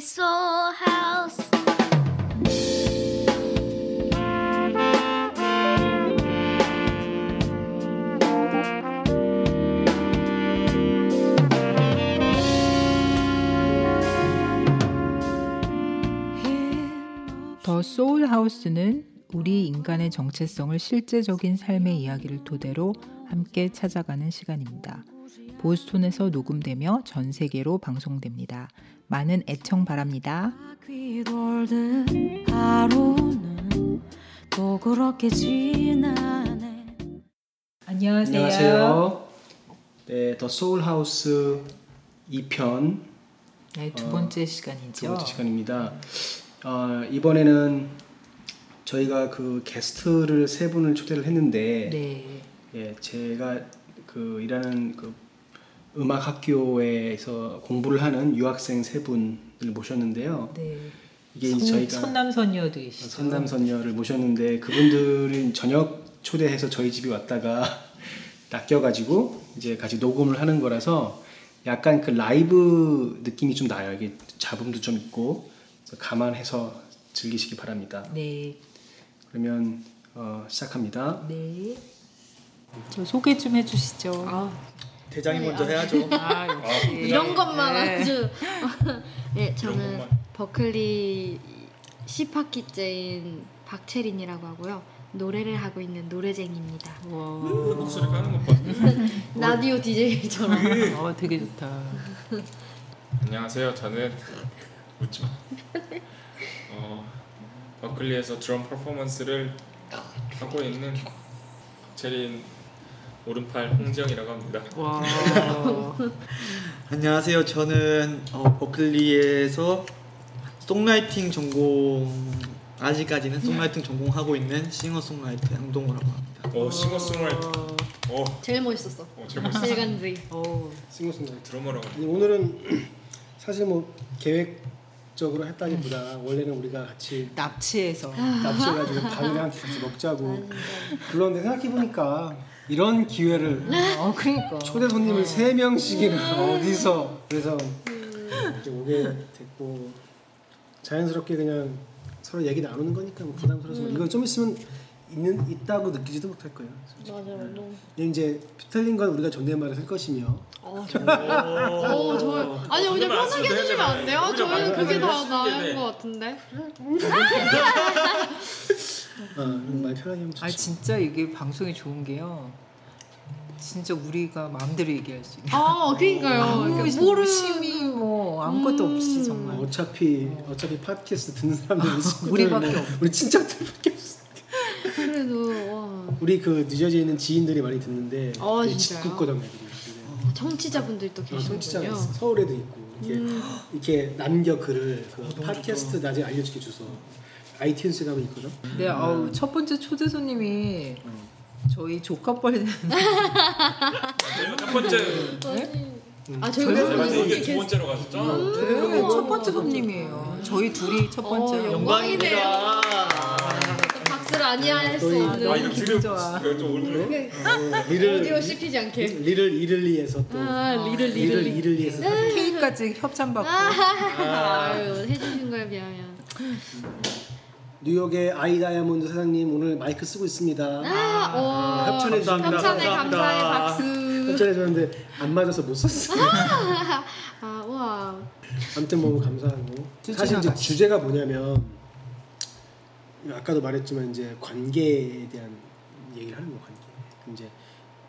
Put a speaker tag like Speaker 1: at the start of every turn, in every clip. Speaker 1: so house.
Speaker 2: 더 소울 하우스는 우리 인간의 정체성을 실제적인 삶의 이야기를 토대로 함께 찾아가는 시간입니다. 보스톤에서 녹음되며 전 세계로 방송됩니다. 많은 애청 바랍니다.
Speaker 3: 바퀴 돌듯 하루는 또 그렇게 지나네
Speaker 2: 안녕하세요.
Speaker 4: 안녕하세요. 네, 더 소울 하우스 2편
Speaker 2: 네, 두 번째 시간이죠.
Speaker 4: 어, 두 번째 시간입니다. 어, 이번에는 저희가 그 게스트를 세 분을 초대를 했는데
Speaker 2: 네.
Speaker 4: 예, 제가 그 일하는 그 음악 학교에서 공부를 하는 유학생 세 분을 모셨는데요.
Speaker 2: 네.
Speaker 4: 이게
Speaker 2: 선,
Speaker 4: 이제 저희가
Speaker 2: 선남선녀도 계시죠.
Speaker 4: 선남 선녀를 모셨는데 그분들은 저녁 초대해서 저희 집에 왔다가 낚여가지고 이제 같이 녹음을 하는 거라서 약간 그 라이브 느낌이 좀 나요. 이게 잡음도 좀 있고 그래서 감안해서 즐기시기 바랍니다.
Speaker 2: 네.
Speaker 4: 그러면 어, 시작합니다.
Speaker 2: 네. 저 소개 좀 해주시죠. 아,
Speaker 4: 대장이 먼저 해야죠.
Speaker 2: 역시.
Speaker 1: 이런 것만
Speaker 2: 네.
Speaker 1: 아주 네 저는 버클리 10학기째인 박채린이라고 하고요 노래를 하고 있는 노래쟁이입니다
Speaker 2: 와.
Speaker 5: 그 목소리 까는 것 봐.
Speaker 1: 음. 라디오 DJ처럼
Speaker 2: 어, 되게 좋다.
Speaker 5: 안녕하세요. 저는 웃지 마. 어, 버클리에서 드럼 퍼포먼스를 하고 있는 체린 오른팔 홍지영이라고 합니다.
Speaker 2: 와.
Speaker 6: 안녕하세요. 저는 어, 버클리에서 송라이팅 전공 아직까지는 송라이팅 전공하고 있는 싱어송라이터 양동호라고 합니다.
Speaker 5: 오 싱어송라이터. 오,
Speaker 1: 제일 멋있었어
Speaker 5: 오 제목
Speaker 1: 실간주의
Speaker 2: 어,
Speaker 4: 싱어송라이터.
Speaker 5: 드러머라고. 합니다.
Speaker 4: 아니, 오늘은 사실 뭐 계획적으로 했다기보다 원래는 우리가 같이
Speaker 2: 납치해서.
Speaker 4: 납치해가지고 방에 한 같이 먹자고 그런데 생각해보니까 이런 기회를
Speaker 2: 어, 그러니까. 아.
Speaker 4: 초대 손님을 세 명씩이나 어디서 그래서
Speaker 2: 음.
Speaker 4: 이렇게 오게 됐고 자연스럽게 그냥 서로 얘기 나누는 거니까 뭐 부담스러워서
Speaker 2: 음.
Speaker 4: 이거 좀 있으면 있는 있다고 느끼지도 못할 거예요. 솔직히. 네.
Speaker 1: 맞아요 너무
Speaker 4: 이제 틀린 건 우리가 존댓말을 쓸 것이며
Speaker 1: 어 어, 저 아니 그냥
Speaker 5: 오늘만 안
Speaker 1: 편하게
Speaker 5: 쓰셔도
Speaker 1: 해주시면 안 돼요?
Speaker 5: 되잖아요.
Speaker 1: 저희는
Speaker 5: 오히려
Speaker 1: 그게 더
Speaker 5: 말씀을
Speaker 1: 나은
Speaker 5: 해주시는데.
Speaker 1: 것 같은데
Speaker 4: 어, 말 편하게 하면 좋죠.
Speaker 2: 음. 아 진짜 이게 방송이 좋은 게요. 진짜 우리가 마음대로 얘기할 수 있는.
Speaker 1: 아 그러니까요
Speaker 2: 아무
Speaker 1: 이렇게 모르
Speaker 2: 심이 뭐 아무것도 없이 정말.
Speaker 4: 어차피 어차피 팟캐스트 듣는 사람들이 있을 거잖아요.
Speaker 2: 우리밖에
Speaker 4: 뭐, 우리 친척들밖에 없어.
Speaker 1: 그래도 와
Speaker 4: 우리 그 뉴저지에 있는 지인들이 많이 듣는데
Speaker 1: 어,
Speaker 4: 이게
Speaker 1: 진짜요?
Speaker 4: 짓궂거든요. 근데.
Speaker 1: 청취자분들도 음.
Speaker 4: 아, 청취자가
Speaker 1: 계시군요
Speaker 4: 있어. 서울에도 있고 이렇게 이렇게 남겨 글을 그 팟캐스트 나중에 알려주게 줘서 아이튠스 가면 있거든.
Speaker 2: 근데 아우 첫 번째 초대 손님이 저희 조카 뻘
Speaker 5: 저희가 첫 번째
Speaker 1: 아
Speaker 2: 저희가
Speaker 5: 제가
Speaker 1: 저희가
Speaker 5: 이게
Speaker 1: 이렇게
Speaker 5: 두 번째로
Speaker 2: 음.
Speaker 5: 가셨죠?
Speaker 2: 되는 첫 번째 손님이에요. 저희 둘이 첫 번째.
Speaker 1: 어,
Speaker 2: 영-
Speaker 1: 영광이네요. 박수를 아니할 수
Speaker 4: 저희-
Speaker 1: 없는
Speaker 5: 와 이거
Speaker 2: 기분
Speaker 5: 들으
Speaker 2: 좋아.
Speaker 5: 이거 좀 울려.
Speaker 1: 아, 오디오
Speaker 4: 어, 리를
Speaker 1: 씹히지 않게.
Speaker 4: 리를 이를리에서 또
Speaker 1: 아, 리를
Speaker 4: 리를
Speaker 1: 리를. 네.
Speaker 4: 이를리에서
Speaker 2: 케이크까지 협찬받고.
Speaker 1: 아유, 해주신 거에 비하면.
Speaker 4: 뉴욕의 아이 다이아몬드 사장님 오늘 마이크 쓰고 있습니다.
Speaker 1: 아, 와.
Speaker 4: 협찬해 주셨습니다.
Speaker 1: 협찬에 감사의 박수.
Speaker 4: 협찬해 줬는데 안 맞아서 못 썼어요.
Speaker 1: 아, 와.
Speaker 4: 아무튼 너무 감사하고
Speaker 2: 주제가
Speaker 4: 사실 이제
Speaker 2: 같이.
Speaker 4: 주제가 뭐냐면 아까도 말했지만 이제 관계에 대한 얘기를 하는 거 관계. 이제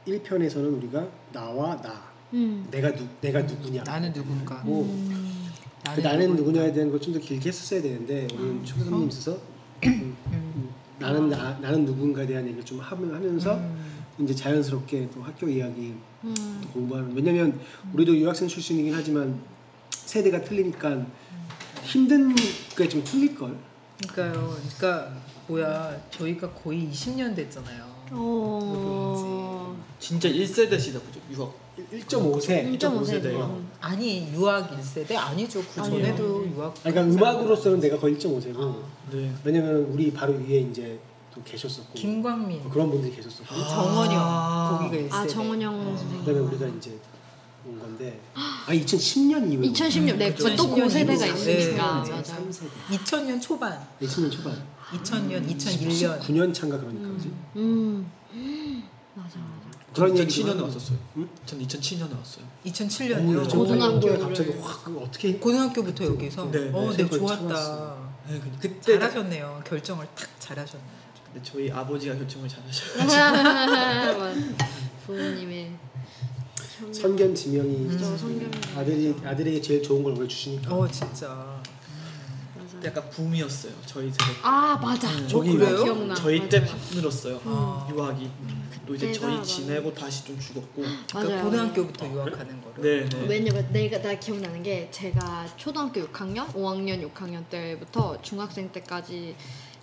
Speaker 4: 1편에서는 우리가 나와 나
Speaker 1: 음.
Speaker 4: 내가 누 내가 누구냐
Speaker 2: 나는 누군가.
Speaker 4: 뭐, 그 나는 누구냐에 대한 걸 좀 더 길게 했었어야 되는데 오늘 초대 손님 있어서 아, 음, 음, 나는 나, 나는 누군가에 대한 얘기를 좀 하면 하면서 이제 자연스럽게 또 학교 이야기
Speaker 1: 음.
Speaker 4: 또 공부하는 왜냐면 우리도 유학생 출신이긴 하지만 세대가 틀리니까 힘든 게 좀 틀릴 걸
Speaker 2: 그러니까요. 그러니까 뭐야 저희가 거의 20년 됐잖아요.
Speaker 1: 어.
Speaker 6: 진짜 1세대시다 그죠? 유학.
Speaker 4: 1.5세
Speaker 1: 1.5세대요.
Speaker 2: 아니 유학 1세대 아니죠. 그 전에도 유학.
Speaker 4: 그러니까 음악으로서는 내가 거의 1.5세고
Speaker 6: 네.
Speaker 4: 왜냐면 우리 바로 위에 이제 또 계셨었고
Speaker 2: 김광민,
Speaker 4: 그런 분들이 계셨었고
Speaker 2: 정원영
Speaker 6: 아.
Speaker 2: 거기가 1세대.
Speaker 1: 아, 정은영 선생님.
Speaker 4: 그다음에 우리가 이제 온 건데 아 2010년 이후에
Speaker 1: 2016 네, 그또
Speaker 2: 2016
Speaker 1: 고세대가
Speaker 2: 이후죠.
Speaker 1: 있으니까
Speaker 2: 네.
Speaker 1: 맞아요.
Speaker 2: 2000년 초반,
Speaker 4: 2000년 초반
Speaker 2: 2000년, 2001년.
Speaker 4: 19년 차인가 그러니까 그지?
Speaker 1: 음, 맞아 맞아.
Speaker 4: 그런 얘기
Speaker 6: 2007년에 왔었어요.
Speaker 4: 응?
Speaker 6: 전 2007년에 왔어요.
Speaker 2: 2007년이요.
Speaker 1: 고등학교.
Speaker 4: 고등학교에 갑자기 확 그거 어떻게
Speaker 2: 고등학교부터 여기서.
Speaker 6: 네,
Speaker 2: 어,
Speaker 4: 네,
Speaker 2: 네,
Speaker 4: 세번
Speaker 2: 좋았다.
Speaker 4: 참았어요.
Speaker 6: 네, 그- 그때 다-
Speaker 2: 잘하셨네요. 결정을 탁 잘하셨네요.
Speaker 6: 근데 저희 아버지가 결정을 잘하셔.
Speaker 1: 부모님의 현-
Speaker 4: 선견 지명이
Speaker 1: 저 성경이
Speaker 4: 아들이 아들에게 제일 좋은 걸 원래 주시니까
Speaker 2: 어, 진짜.
Speaker 1: 맞아.
Speaker 6: 약간 붐이었어요. 저희 세대.
Speaker 1: 아 맞아.
Speaker 2: 저기
Speaker 1: 그거
Speaker 2: 그래요?
Speaker 1: 기억나.
Speaker 6: 음. 저희
Speaker 1: 맞아.
Speaker 6: 때 팍 늘었어요.
Speaker 2: 아.
Speaker 6: 유학이. 또 이제
Speaker 1: 그때가
Speaker 6: 저희
Speaker 1: 맞아.
Speaker 6: 지내고 다시 좀 죽었고.
Speaker 2: 그러니까
Speaker 1: 맞아요.
Speaker 2: 고등학교부터 유학하는 거를.
Speaker 6: 네, 네.
Speaker 1: 왜냐면 내가 나 기억나는 게 제가 초등학교 6학년, 5학년, 6학년 때부터 중학생 때까지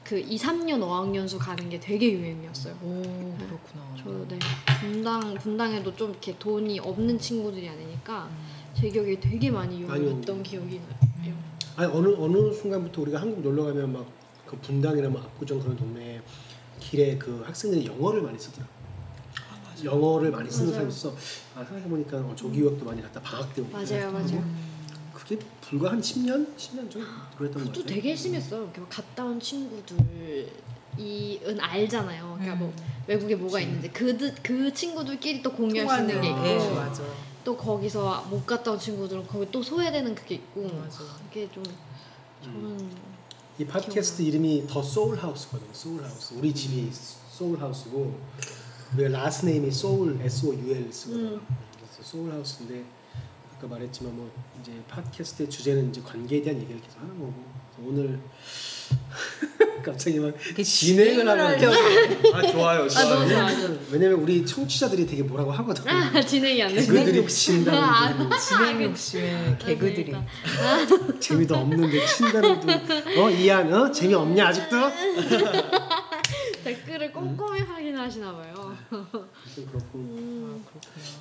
Speaker 1: 그 2, 3년, 5학년수 가는 게 되게 유행이었어요.
Speaker 2: 오, 그렇구나.
Speaker 1: 저 네. 분당 분당에도 좀 이렇게 돈이 없는 친구들이 아니니까 제 기억에 되게 많이
Speaker 4: 많이
Speaker 1: 유행했던
Speaker 4: 온-
Speaker 1: 기억이 나요.
Speaker 4: 아니 어느 어느 순간부터 우리가 한국 놀러 가면 막 그 분당이나 뭐 압구정 그런 동네에 길에 그 학생들이 영어를 많이 쓰더라. 영어를 많이 쓰는
Speaker 1: 맞아요.
Speaker 4: 사람이 있어. 아 생각해 보니까 어, 조기 유학도 많이 갔다 방학 때 오고
Speaker 1: 맞아요, 맞아요.
Speaker 4: 그게 불과 한 10년, 10년 전 그랬던 것
Speaker 1: 또
Speaker 4: 같아요.
Speaker 1: 되게 심했어요. 이렇게 막 갔다 온 친구들은 알잖아요. 그러니까 뭐
Speaker 2: 음.
Speaker 1: 외국에 뭐가 있는데 그, 그 친구들끼리 또 공유할 수 있는 게 있고
Speaker 2: 네, 맞아.
Speaker 1: 또 거기서 못 갔다 온 친구들은 거기 또 소외되는 그게 있고
Speaker 2: 맞아. 음.
Speaker 1: 이게 좀 저는
Speaker 4: 이 팟캐스트 이름이 더 소울 하우스거든요. 소울 하우스. 우리 집이 소울 하우스고 우리가 라스 네임이 소울 S O U L 쓰거든요.
Speaker 1: 음.
Speaker 4: 그래서 소울 하우스인데 아까 말했지만 뭐 이제 팟캐스트의 주제는 이제 관계에 대한 얘기를 계속 하는 거고 그래서 오늘 갑자기 막
Speaker 2: 이렇게
Speaker 4: 진행을 하려고
Speaker 6: 아 좋아요.
Speaker 1: 아 너무
Speaker 6: 좋아요.
Speaker 1: 좋아 너무
Speaker 4: 왜냐면 우리 청취자들이 되게 뭐라고 하거든요.
Speaker 1: 좋아. 진행이 안 되네.
Speaker 4: 개그들이 친다는 둥
Speaker 2: 진행
Speaker 1: 음. 아, 네.
Speaker 2: 욕심에 개그들이.
Speaker 4: 재미도 없는데 친다는 둥어 이한 어 재미 없냐 아직도
Speaker 1: 댓글을 꼼꼼히 확인하시나 봐요.
Speaker 4: 아무튼 그렇고
Speaker 1: 음.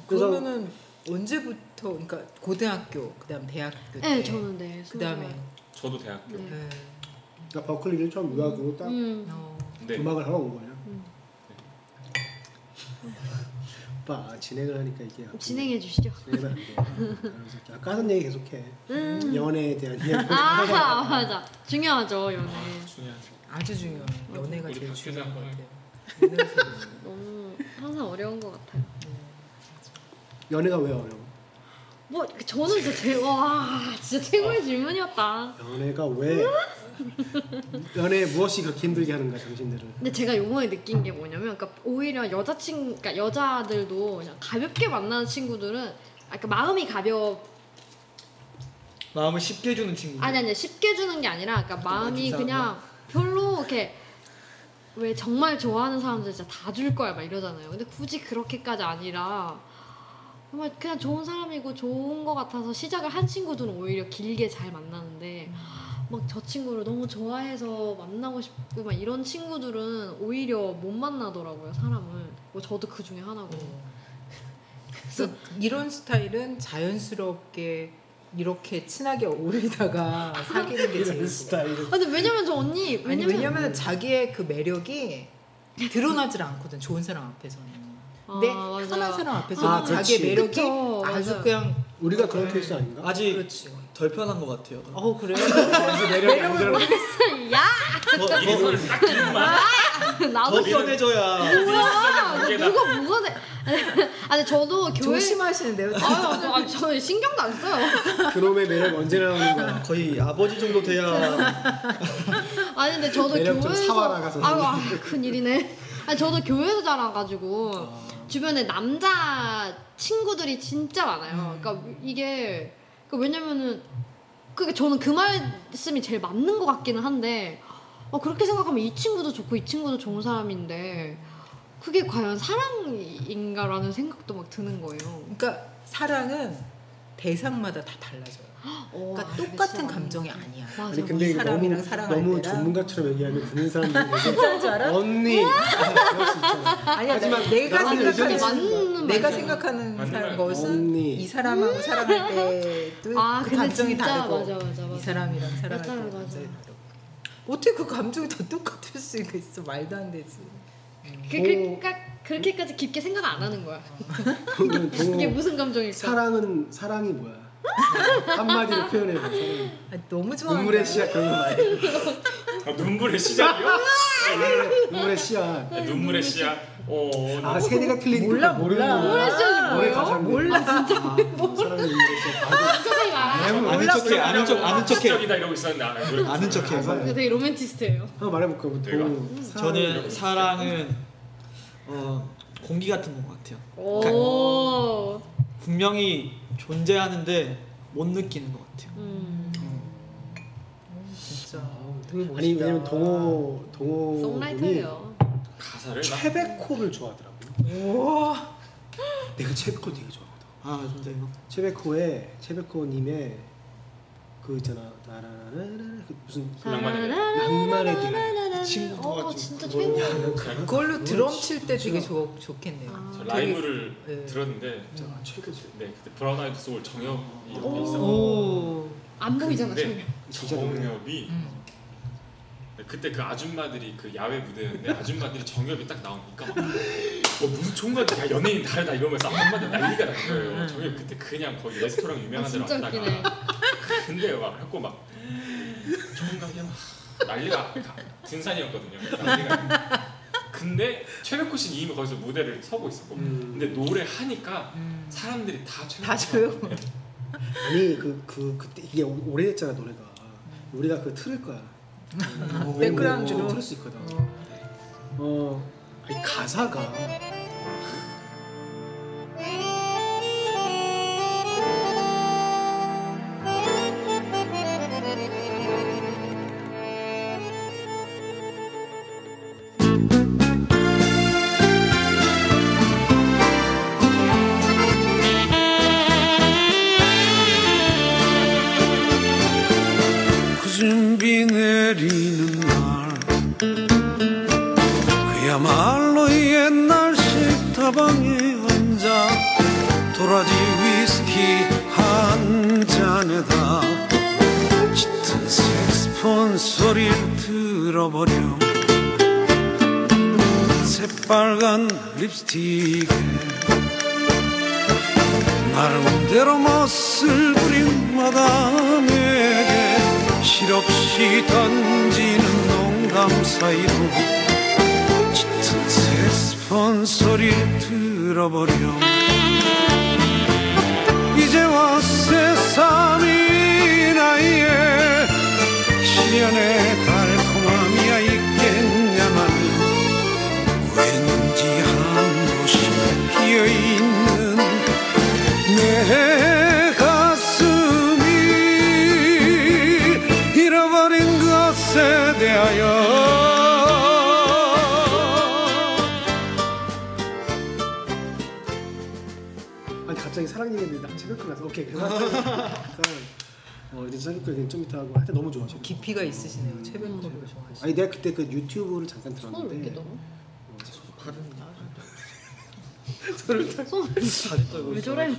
Speaker 4: 그래서-
Speaker 2: 그러면은 언제부터 그러니까 고등학교 그다음 대학교 때
Speaker 1: 네 저는 네.
Speaker 2: 그다음에
Speaker 5: 저도 대학교.
Speaker 1: 네.
Speaker 2: 네.
Speaker 4: 그러니까 버클리를 처음 유학으로 딱
Speaker 1: 음.
Speaker 2: 어,
Speaker 5: 근데
Speaker 4: 음악을 하러 온 거예요. 네.
Speaker 1: 음.
Speaker 4: 오빠 진행을 하니까 이게
Speaker 2: 음.
Speaker 4: 아프네.
Speaker 1: 진행해 주시죠.
Speaker 4: 진행을 안 돼. 그래서 아까 하던 얘기 계속해.
Speaker 1: 음.
Speaker 4: 연애에 대한 이야기.
Speaker 1: 아 맞아 중요하죠
Speaker 2: 아,
Speaker 1: 연애.
Speaker 5: 중요하지.
Speaker 2: 아주 중요한 연애가
Speaker 5: 우리
Speaker 2: 제일
Speaker 5: 박
Speaker 2: 중요한 것
Speaker 5: 기자.
Speaker 2: 같아요. 연애가 제일 중요해요.
Speaker 1: 너무 항상 어려운 것 같아요.
Speaker 4: 연애가 왜 어려워?
Speaker 1: 뭐 저는 진짜 제, 와 진짜 최고의 질문이었다.
Speaker 4: 연애가 왜? 연애 무엇이 그렇게 힘들게 하는가 당신들을?
Speaker 1: 근데 제가 요번에 느낀 게 뭐냐면, 그러니까 오히려 여자친, 그러니까 여자들도 그냥 가볍게 만나는 친구들은 아까 그러니까 마음이 가벼
Speaker 6: 마음을 쉽게 주는 친구.
Speaker 1: 아니 아니 쉽게 주는 게 아니라, 그러니까 마음이
Speaker 6: 이상한
Speaker 1: 그냥 별로 이렇게 왜 정말 좋아하는 사람들 진짜 다 줄 거야 막 이러잖아요. 근데 굳이 그렇게까지 아니라 정말 그냥 좋은 사람이고 좋은 거 같아서 시작을 한 친구들은 오히려 길게 잘 만나는데 막 저 친구를 너무 좋아해서 만나고 싶고 막 이런 친구들은 오히려 못 만나더라고요 사람을. 뭐 저도 그 중에 하나고.
Speaker 2: 어. 그래서 이런 스타일은 자연스럽게 이렇게 친하게 어울리다가 사귀는 게 제일
Speaker 4: 이런
Speaker 2: 좋아요.
Speaker 4: 스타일을.
Speaker 1: 아, 근데 왜냐면 저 언니
Speaker 2: 아니
Speaker 1: 왜냐면
Speaker 2: 왜냐면 자기의 그 매력이 드러나질 않거든 좋은 사람 앞에서는.
Speaker 1: 아,
Speaker 2: 근데
Speaker 1: 맞아요.
Speaker 2: 편한 사람 앞에서는
Speaker 4: 아,
Speaker 2: 자기의
Speaker 4: 그렇지.
Speaker 2: 매력이
Speaker 1: 그쵸,
Speaker 2: 아주
Speaker 1: 맞아요.
Speaker 2: 그냥
Speaker 4: 우리가 그런 케이스 아닌가?
Speaker 6: 아직
Speaker 1: 그렇죠.
Speaker 2: 그렇지.
Speaker 6: 덜 편한 것 같아요.
Speaker 2: 어 그래요? 매력을 모르
Speaker 1: 야
Speaker 6: 더,
Speaker 5: 이리
Speaker 1: 그렇죠.
Speaker 6: 더,
Speaker 5: 손을 딱 들고만.
Speaker 6: 더
Speaker 1: 나도
Speaker 6: 편해져야.
Speaker 5: 뭐야?
Speaker 1: 누가 뭐가 돼? 아 근데 저도 교회
Speaker 2: 조심하시는데요.
Speaker 1: 아유, 저- 아니, 저는 신경도 안 써요.
Speaker 4: 그놈의 매력 언제 나오는 거야?
Speaker 6: 거의 아버지 정도 돼야
Speaker 1: 아니 근데 저도
Speaker 4: 매력 좀
Speaker 1: 교회에서
Speaker 4: 사와라 가서.
Speaker 1: 아유, 아유 큰일이네. 아니 저도 교회에서 자라가지고 주변에 남자 친구들이 진짜 많아요.
Speaker 4: 음.
Speaker 1: 그러니까 이게 그 왜냐면은 그게 저는 그 말씀이 제일 맞는 것 같기는 한데 어, 그렇게 생각하면 이 친구도 좋고 이 친구도 좋은 사람인데 그게 과연 사랑인가라는 생각도 막 드는 거예요.
Speaker 2: 그러니까 사랑은 대상마다 다 달라져요.
Speaker 1: 어,
Speaker 2: 그러니까
Speaker 1: 아,
Speaker 2: 똑같은
Speaker 1: 진짜
Speaker 2: 감정이 아니야.
Speaker 1: 맞아.
Speaker 4: 아니
Speaker 1: 맞아.
Speaker 4: 근데
Speaker 2: 이
Speaker 4: 이거
Speaker 2: 사람이랑
Speaker 4: 너무
Speaker 2: 사랑할
Speaker 4: 너무
Speaker 2: 때랑.
Speaker 4: 전문가처럼 얘기하면 듣는 사람들이 언니 아, 그럴 수 있잖아.
Speaker 2: 아니야.
Speaker 4: 하지만
Speaker 2: 내가
Speaker 4: 나랑
Speaker 2: 생각하는
Speaker 4: 의견이
Speaker 1: 맞는
Speaker 2: 내가
Speaker 1: 말이야.
Speaker 2: 생각하는
Speaker 5: 맞는
Speaker 2: 사람
Speaker 5: 말이야.
Speaker 2: 것은
Speaker 4: 언니.
Speaker 2: 이 사람하고 사랑할 때도
Speaker 1: 아,
Speaker 2: 그
Speaker 1: 근데
Speaker 2: 감정이
Speaker 1: 진짜
Speaker 2: 다르고
Speaker 1: 맞아, 맞아, 맞아.
Speaker 2: 이 사람이랑 사랑할 때
Speaker 1: 맞아요,
Speaker 2: 감정이 다르고 어떻게 그 감정이 다 똑같을 수가 있어 말도 안 되지.
Speaker 1: 그, 그, 까 그렇게까지 깊게 생각 안 하는 거야.
Speaker 4: 그러면 동호
Speaker 1: 이게 무슨 감정일까?
Speaker 4: 사랑은 사랑이 뭐야? 네, 한마디로 표현해 봐.
Speaker 2: 아, 너무 좋아.
Speaker 4: 눈물의 씨앗 그런 거 말이야.
Speaker 5: 아, 눈물의 시작이요?
Speaker 4: 눈물의 씨앗.
Speaker 5: 네, 눈물의 시작. 어,
Speaker 4: 아 세대가 틀리니까
Speaker 2: 몰라,
Speaker 4: 모르는
Speaker 2: 몰라.
Speaker 4: 거야. 노래
Speaker 1: 뭐예요?
Speaker 4: 가사인데.
Speaker 2: 몰라.
Speaker 4: 진짜 사랑은 눈물의 씨앗. 아,
Speaker 1: 갑자기 말하는
Speaker 4: 아니,
Speaker 6: 아는 척해 아는 척 아는 척해
Speaker 5: 적이다 이러고 있었는데 안 해요.
Speaker 6: 아는 척해
Speaker 4: 가사야.
Speaker 1: 거 되게 로맨티스트예요.
Speaker 4: 한번 말해볼까요?
Speaker 5: 내가?
Speaker 4: 동호.
Speaker 6: 저는 사랑은 어, 공기 같은 것 같아요
Speaker 1: 오.
Speaker 6: 분명히 존재하는데 못 느끼는 것 같아요
Speaker 1: 음.
Speaker 2: 진짜. 되게 멋있다.
Speaker 4: 아니 왜냐면 동호 동호분이
Speaker 1: 송라이터예요.
Speaker 5: 가사를 나
Speaker 4: 최백호를 좋아하더라고요.
Speaker 2: 우와.
Speaker 4: 내가 최백호 되게 좋아하거든.
Speaker 6: 아 진짜요?
Speaker 4: 최백호의 최백호님의 그 있잖아 나라라라라 그 무슨
Speaker 5: 낭만의
Speaker 4: 낭만의 대화.
Speaker 6: 이 친구
Speaker 1: 아, 어,
Speaker 6: 도와주고
Speaker 1: 진짜
Speaker 4: 그걸-
Speaker 1: 최고.
Speaker 4: 야, 난뭐 그거
Speaker 2: 그걸로 드럼 칠 때 되게
Speaker 4: 진짜.
Speaker 2: 좋, 좋겠네요.
Speaker 1: 아.
Speaker 5: 저
Speaker 2: 되게-
Speaker 5: 라이브를
Speaker 2: 네.
Speaker 5: 들었는데
Speaker 6: 아,
Speaker 4: 진짜 최고지.
Speaker 5: 네 그때 브라운 아이드 소울
Speaker 4: 오.
Speaker 5: 정엽이 옆에 있었고
Speaker 2: 오.
Speaker 1: 안 보이잖아,
Speaker 5: 근데
Speaker 1: 전혀.
Speaker 4: 진짜 노래.
Speaker 5: 정엽이
Speaker 2: 음.
Speaker 5: 네, 그때 그 아줌마들이 그 야외 무대였는데 아줌마들이 정엽이 딱 나오니까 막, 뭐 무슨 총각이 야 연예인 다르다 이러면서 아줌마들 난리가 난 거예요 정엽이 그때 그냥 거기 레스토랑
Speaker 1: 음. 아,
Speaker 5: 유명한 데로
Speaker 1: 진짜
Speaker 5: 왔다가
Speaker 1: 웃기네.
Speaker 5: 근데 막 하고 막 총각이 막 난리가 가- 군산이었거든요 난리가 근데 최백호 씨는 이미 거기서 무대를 서고 있었고
Speaker 4: 음.
Speaker 5: 근데 노래 하니까
Speaker 2: 음.
Speaker 5: 사람들이 다 최백호
Speaker 2: 다
Speaker 5: 씨
Speaker 2: 조용.
Speaker 5: 네.
Speaker 4: 아니 그 그 그때 이게 오- 오래됐잖아 노래가. 우리가 그거 틀을 거야. 어,
Speaker 2: 음, 백그라운드로?
Speaker 4: 틀을 수 있거든.
Speaker 2: 어.
Speaker 4: 어 아니, 가사가
Speaker 7: 굳은 비 내리는 날 그야말로 옛날식 다방에 앉아 도라지 위스키 한 잔에다 짙은 색스폰 소리를 들어버려 새빨간 립스틱에 나름대로 멋을 부린 마담에게 실없이 던지는 농담 사이로 짙은 색스폰 소리 들어버려 이제와 세상이 나이에 시련의 달콤함이야 있겠냐마는 왠지 한 곳이 비어있는 내 가슴이 잃어버린 것에 대하여
Speaker 4: 아니 갑자기 사랑 얘기했는데 나 최백호 나서 오케이 그래서 약간 어 이제 최백호 얘기는 좀 이따 하고 하여튼 너무 좋아. 최백호.
Speaker 2: 깊이가 있으시네요.
Speaker 1: 음.
Speaker 2: 최백호를 좋아하시는.
Speaker 4: 아니 내가 그때 그 유튜브를 잠깐
Speaker 1: 손을 왜 이렇게
Speaker 4: 들었는데
Speaker 1: 넣어?
Speaker 6: 자주 떨고
Speaker 1: 왜
Speaker 6: 있어
Speaker 1: 저래?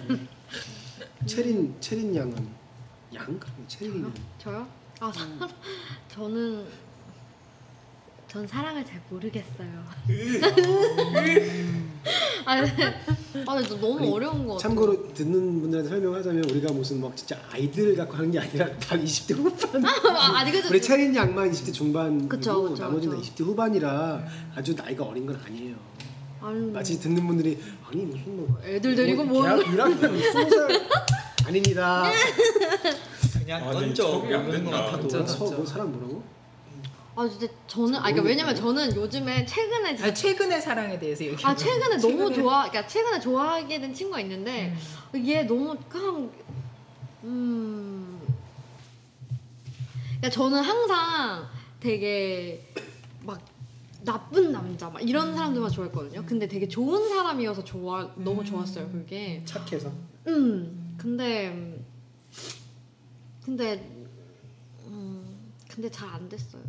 Speaker 4: 체린 체린 양은 양 그럼 체린 양.
Speaker 1: 저요? 아, 사, 저는 전 사랑을 잘 모르겠어요. 아, 근데, 아, 근데 너무
Speaker 4: 아니,
Speaker 1: 어려운 거 같아.
Speaker 4: 참고로 듣는 분들한테 설명하자면 우리가 무슨 막 진짜 아이들 갖고 하는 게 아니라 다 20대 후반
Speaker 1: 아, 아직까지
Speaker 4: 우리 체린 양만 20대 중반이고
Speaker 1: 그쵸, 그쵸,
Speaker 4: 나머지는
Speaker 1: 그쵸.
Speaker 4: 20대 후반이라 아주 나이가 어린 건 아니에요.
Speaker 1: 아니,
Speaker 4: 마치 듣는 분들이 아니 무슨 뭐
Speaker 1: 애들 데리고 뭐
Speaker 4: 대학 1학년 20살 아닙니다.
Speaker 1: 네.
Speaker 6: 그냥
Speaker 5: 아니,
Speaker 6: 던져
Speaker 5: 적응이 안
Speaker 6: 모르는 것
Speaker 5: 된다.
Speaker 6: 같아도
Speaker 2: 진짜.
Speaker 4: 서, 뭐 사람 뭐라고?
Speaker 1: 아 근데 저는 아 그러니까 왜냐면 저는 요즘에 최근에
Speaker 2: 아, 최근의 사랑에 대해서 얘기.
Speaker 1: 아 최근에 음. 너무 좋아 그러니까 최근에 좋아하게 된 친구가 있는데
Speaker 2: 음,
Speaker 1: 얘 너무 깜 음. 그러니까 저는 항상 되게 막 나쁜 남자 막 이런 사람들만 좋아했거든요. 근데 되게 좋은 사람이어서 좋아 너무 좋았어요 그게.
Speaker 4: 착해서
Speaker 1: 음 근데 음, 근데 음 근데 잘 안 됐어요.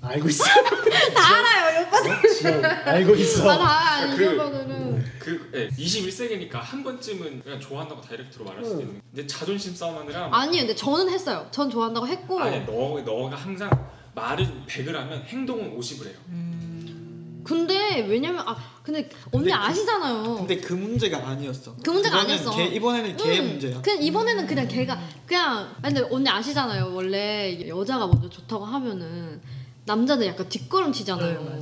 Speaker 4: 알고 있어. 어?
Speaker 1: 다 알아요 오빠.
Speaker 4: 지금 알고
Speaker 1: 아,
Speaker 4: 있어.
Speaker 1: 다 알아요
Speaker 5: 그-
Speaker 1: 오빠들은.
Speaker 5: 그 예, 21세기니까 한 번쯤은 그냥 좋아한다고 다이렉트로 말할 수도
Speaker 4: 응.
Speaker 5: 있는 근데 자존심 싸움하느라
Speaker 1: 아니 근데 저는 했어요. 전 좋아한다고 했고
Speaker 2: 어.
Speaker 6: 예.
Speaker 5: 아니 너 너가 항상 말은 100을 하면 행동은 50을 해요.
Speaker 1: 근데 왜냐면 아 근데 언니
Speaker 6: 근데 그-
Speaker 1: 아시잖아요.
Speaker 6: 근데 그 문제가 아니었어.
Speaker 1: 그 문제가
Speaker 6: 이거는
Speaker 1: 아니었어.
Speaker 6: 걔- 이번에는 걔
Speaker 1: 음,
Speaker 6: 문제야.
Speaker 1: 그냥 이번에는 그냥 걔가 그냥 아니, 근데 언니 아시잖아요. 원래 여자가 먼저 좋다고 하면은 남자들 약간 뒷걸음 치잖아요.
Speaker 6: 네,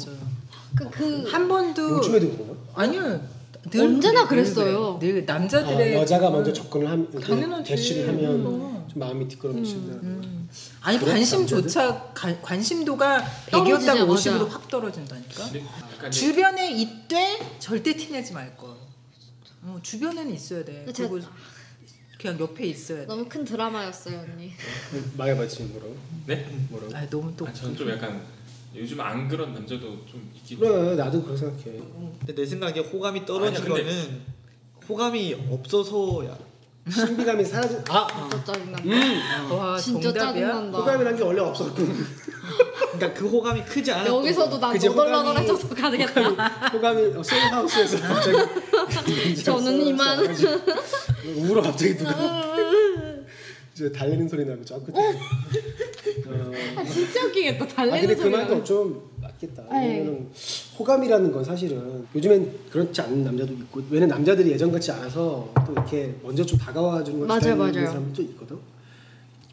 Speaker 1: 그, 그
Speaker 6: 어,
Speaker 2: 한 번도
Speaker 4: 요즘에도 그런가?
Speaker 2: 아니요.
Speaker 1: 언제나
Speaker 2: 그래,
Speaker 1: 그랬어요.
Speaker 2: 늘, 그래. 늘 남자들의
Speaker 1: 네.
Speaker 4: 아, 여자가
Speaker 2: 그걸-
Speaker 4: 먼저 접근을 하면 이렇게
Speaker 2: 당연하지.
Speaker 4: 대시를 하면
Speaker 1: 뭐.
Speaker 2: 음.
Speaker 4: 좀 마음이 뒷걸음치는
Speaker 2: 음. 아니
Speaker 4: 그런
Speaker 2: 관심조차 가- 관심도가
Speaker 1: 떨어지죠,
Speaker 2: 100이었다가
Speaker 1: 맞아.
Speaker 2: 50으로 확 떨어진다니까.
Speaker 5: 근데 약간 이제
Speaker 2: 아. 주변에 있되 절대 티내지 말 거. 어, 주변에는 있어야 돼.
Speaker 1: 근데
Speaker 2: 그리고
Speaker 1: 제가-
Speaker 2: 그냥 옆에 있어야 돼.
Speaker 1: 너무 큰 드라마였어요, 언니.
Speaker 4: 말해봐 지금 뭐라고?
Speaker 5: 네?
Speaker 4: 뭐라고?
Speaker 2: 아 너무 또
Speaker 5: 아, 저는 좀 약간 요즘 안 그런 남자도 좀 있긴
Speaker 4: 그래 나도 그렇게 생각해.
Speaker 6: 근데 내 생각에 호감이 떨어진
Speaker 5: 아니야, 근데-
Speaker 6: 거는 호감이 없어서야.
Speaker 4: 신비감이 사라진 아
Speaker 1: 진짜 짜증난다. 아,
Speaker 2: 와,
Speaker 1: 진짜
Speaker 2: 아, 정답이야?
Speaker 1: 짜증난다.
Speaker 4: 호감이란 게 원래 없었군.
Speaker 6: 그러니까 그 호감이 크지 않아.
Speaker 1: 여기서도 나
Speaker 4: 그치,
Speaker 1: 너덜너덜해져서 가겠다.
Speaker 4: 호감이 어, 셀하우스에서 갑자기
Speaker 1: 저는 이만.
Speaker 4: 울어 갑자기 누가 이제 달리는 소리 나고 저 끝에. 어,
Speaker 1: 아, 진짜 웃기겠다.
Speaker 4: 아 근데
Speaker 1: 달래는
Speaker 4: 그
Speaker 1: 소리가.
Speaker 4: 말도 좀 맞겠다.
Speaker 1: 네.
Speaker 4: 왜냐면 호감이라는 건 사실은 요즘엔 그렇지 않은 남자도 있고 왜냐면 남자들이 예전 같지 않아서 또 이렇게 먼저 좀 다가와 주는 걸
Speaker 1: 맞아요,
Speaker 4: 기다리는
Speaker 1: 맞아요.
Speaker 4: 사람도 또 있거든.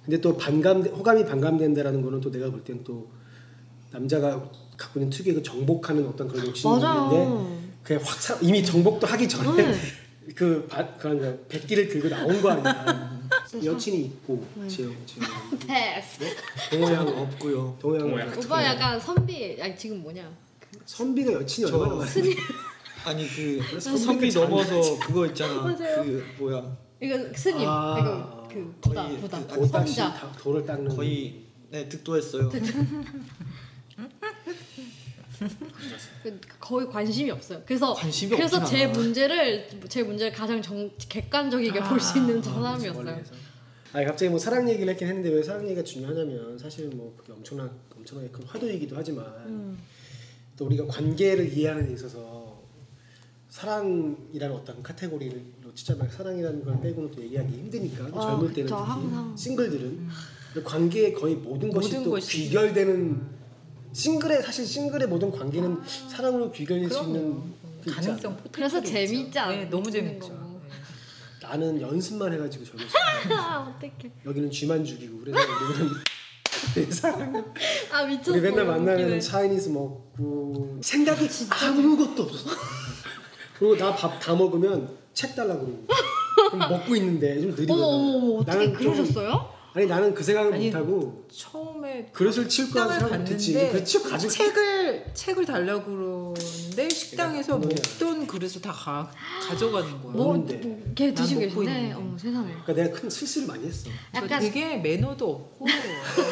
Speaker 4: 근데 또 반감 호감이 반감된다라는 거는 또 내가 볼 땐 또 남자가 갖고 있는 특유의 그 정복하는 어떤 그런 욕심이 있는데
Speaker 1: 맞아요.
Speaker 4: 그게 확 사- 이미 정복도 하기 전에
Speaker 1: 네.
Speaker 4: 그 바, 그런 거 백기를 들고 나온 거 아니야. 여친이 있고
Speaker 1: 네.
Speaker 4: 지금 지금
Speaker 1: 패스.
Speaker 4: 동호양 어,
Speaker 6: 없고요.
Speaker 4: 동호양
Speaker 5: 동호양.
Speaker 1: 오빠 약간 선비. 아니 지금 뭐냐?
Speaker 4: 선비가 여친이
Speaker 6: 저-
Speaker 4: 얼마나 많아?
Speaker 6: 아니 그
Speaker 4: 선비
Speaker 6: 선비
Speaker 4: 장난
Speaker 6: 넘어서 그거 있잖아.
Speaker 1: 맞아요.
Speaker 6: 그 뭐야
Speaker 1: 이거 스님.
Speaker 4: 아.
Speaker 1: 이거 그 부다
Speaker 6: 거의
Speaker 1: 부다.
Speaker 6: 그
Speaker 4: 돌 닦시,
Speaker 1: 성자.
Speaker 4: 다- 돌을 닦는
Speaker 6: 거의 네 득도했어요.
Speaker 1: 그- 거의 관심이 없어요. 그래서
Speaker 6: 관심이
Speaker 1: 그래서
Speaker 6: 없진
Speaker 1: 제
Speaker 6: 않아.
Speaker 1: 문제를 제 문제를 가장 정, 객관적이게 볼 수 있는 저 사람이었어요.
Speaker 4: 아 갑자기 뭐 사랑 얘기를 했긴 했는데 왜 사랑 얘기가 중요하냐면 사실 뭐 그게 엄청난 엄청나게 큰 화두이기도 하지만
Speaker 2: 음.
Speaker 4: 또 우리가 관계를 이해하는 데 있어서 사랑이라는 어떤 카테고리로 치자면 사랑이라는 걸 빼고는 또 얘기하기 힘드니까
Speaker 1: 아,
Speaker 4: 젊을 때는 특히
Speaker 1: 그쵸, 항상.
Speaker 4: 싱글들은 근데 관계의 거의 모든 것이
Speaker 2: 음. 모든
Speaker 4: 또
Speaker 2: 것이. 음.
Speaker 4: 귀결되는 싱글의 사실 싱글의 모든 관계는 사랑으로 귀결될 수
Speaker 2: 아, 그럼요.
Speaker 4: 있는 그 있지 않아요?
Speaker 2: 가능성 포탈.
Speaker 1: 그래서 재밌지 않아요?
Speaker 2: 네, 너무 재밌죠.
Speaker 1: 재밌는
Speaker 4: 나는 연습만 해가지고 젊었어
Speaker 1: 아 어떡해.
Speaker 4: 여기는 쥐만 죽이고 그래서 우리는
Speaker 1: 아 미쳤어.
Speaker 4: 우리 맨날
Speaker 1: 웃기네.
Speaker 4: 만나면 차이니즈 먹고 생각이 아무것도 없어. 그리고 나 밥 다 먹으면 책 달라고 그러고 그럼 먹고 있는데 좀 느리거든.
Speaker 1: 어머 어머 어머 어떻게
Speaker 4: 나는 좀-
Speaker 1: 그러셨어요?
Speaker 4: 아니 나는 그 생각을
Speaker 2: 아니,
Speaker 4: 못하고
Speaker 2: 처음에
Speaker 4: 그릇을 치울 거라는
Speaker 2: 식당을
Speaker 4: 생각 못했지.
Speaker 2: 갔는데
Speaker 4: 그릇 치고 가지고
Speaker 2: 책을 책을 달라고 그러는데 식당에서 먹던 그릇을 다 가, 가져가는 거예요.
Speaker 1: 뭐
Speaker 4: 먹는데.
Speaker 1: 뭐걔
Speaker 2: 난
Speaker 1: 드시고
Speaker 2: 먹고
Speaker 1: 계신데
Speaker 2: 있는데.
Speaker 1: 어머 세상에.
Speaker 4: 그러니까 내가 큰 실수를 많이 했어.
Speaker 1: 약간
Speaker 2: 되게 매너도 없고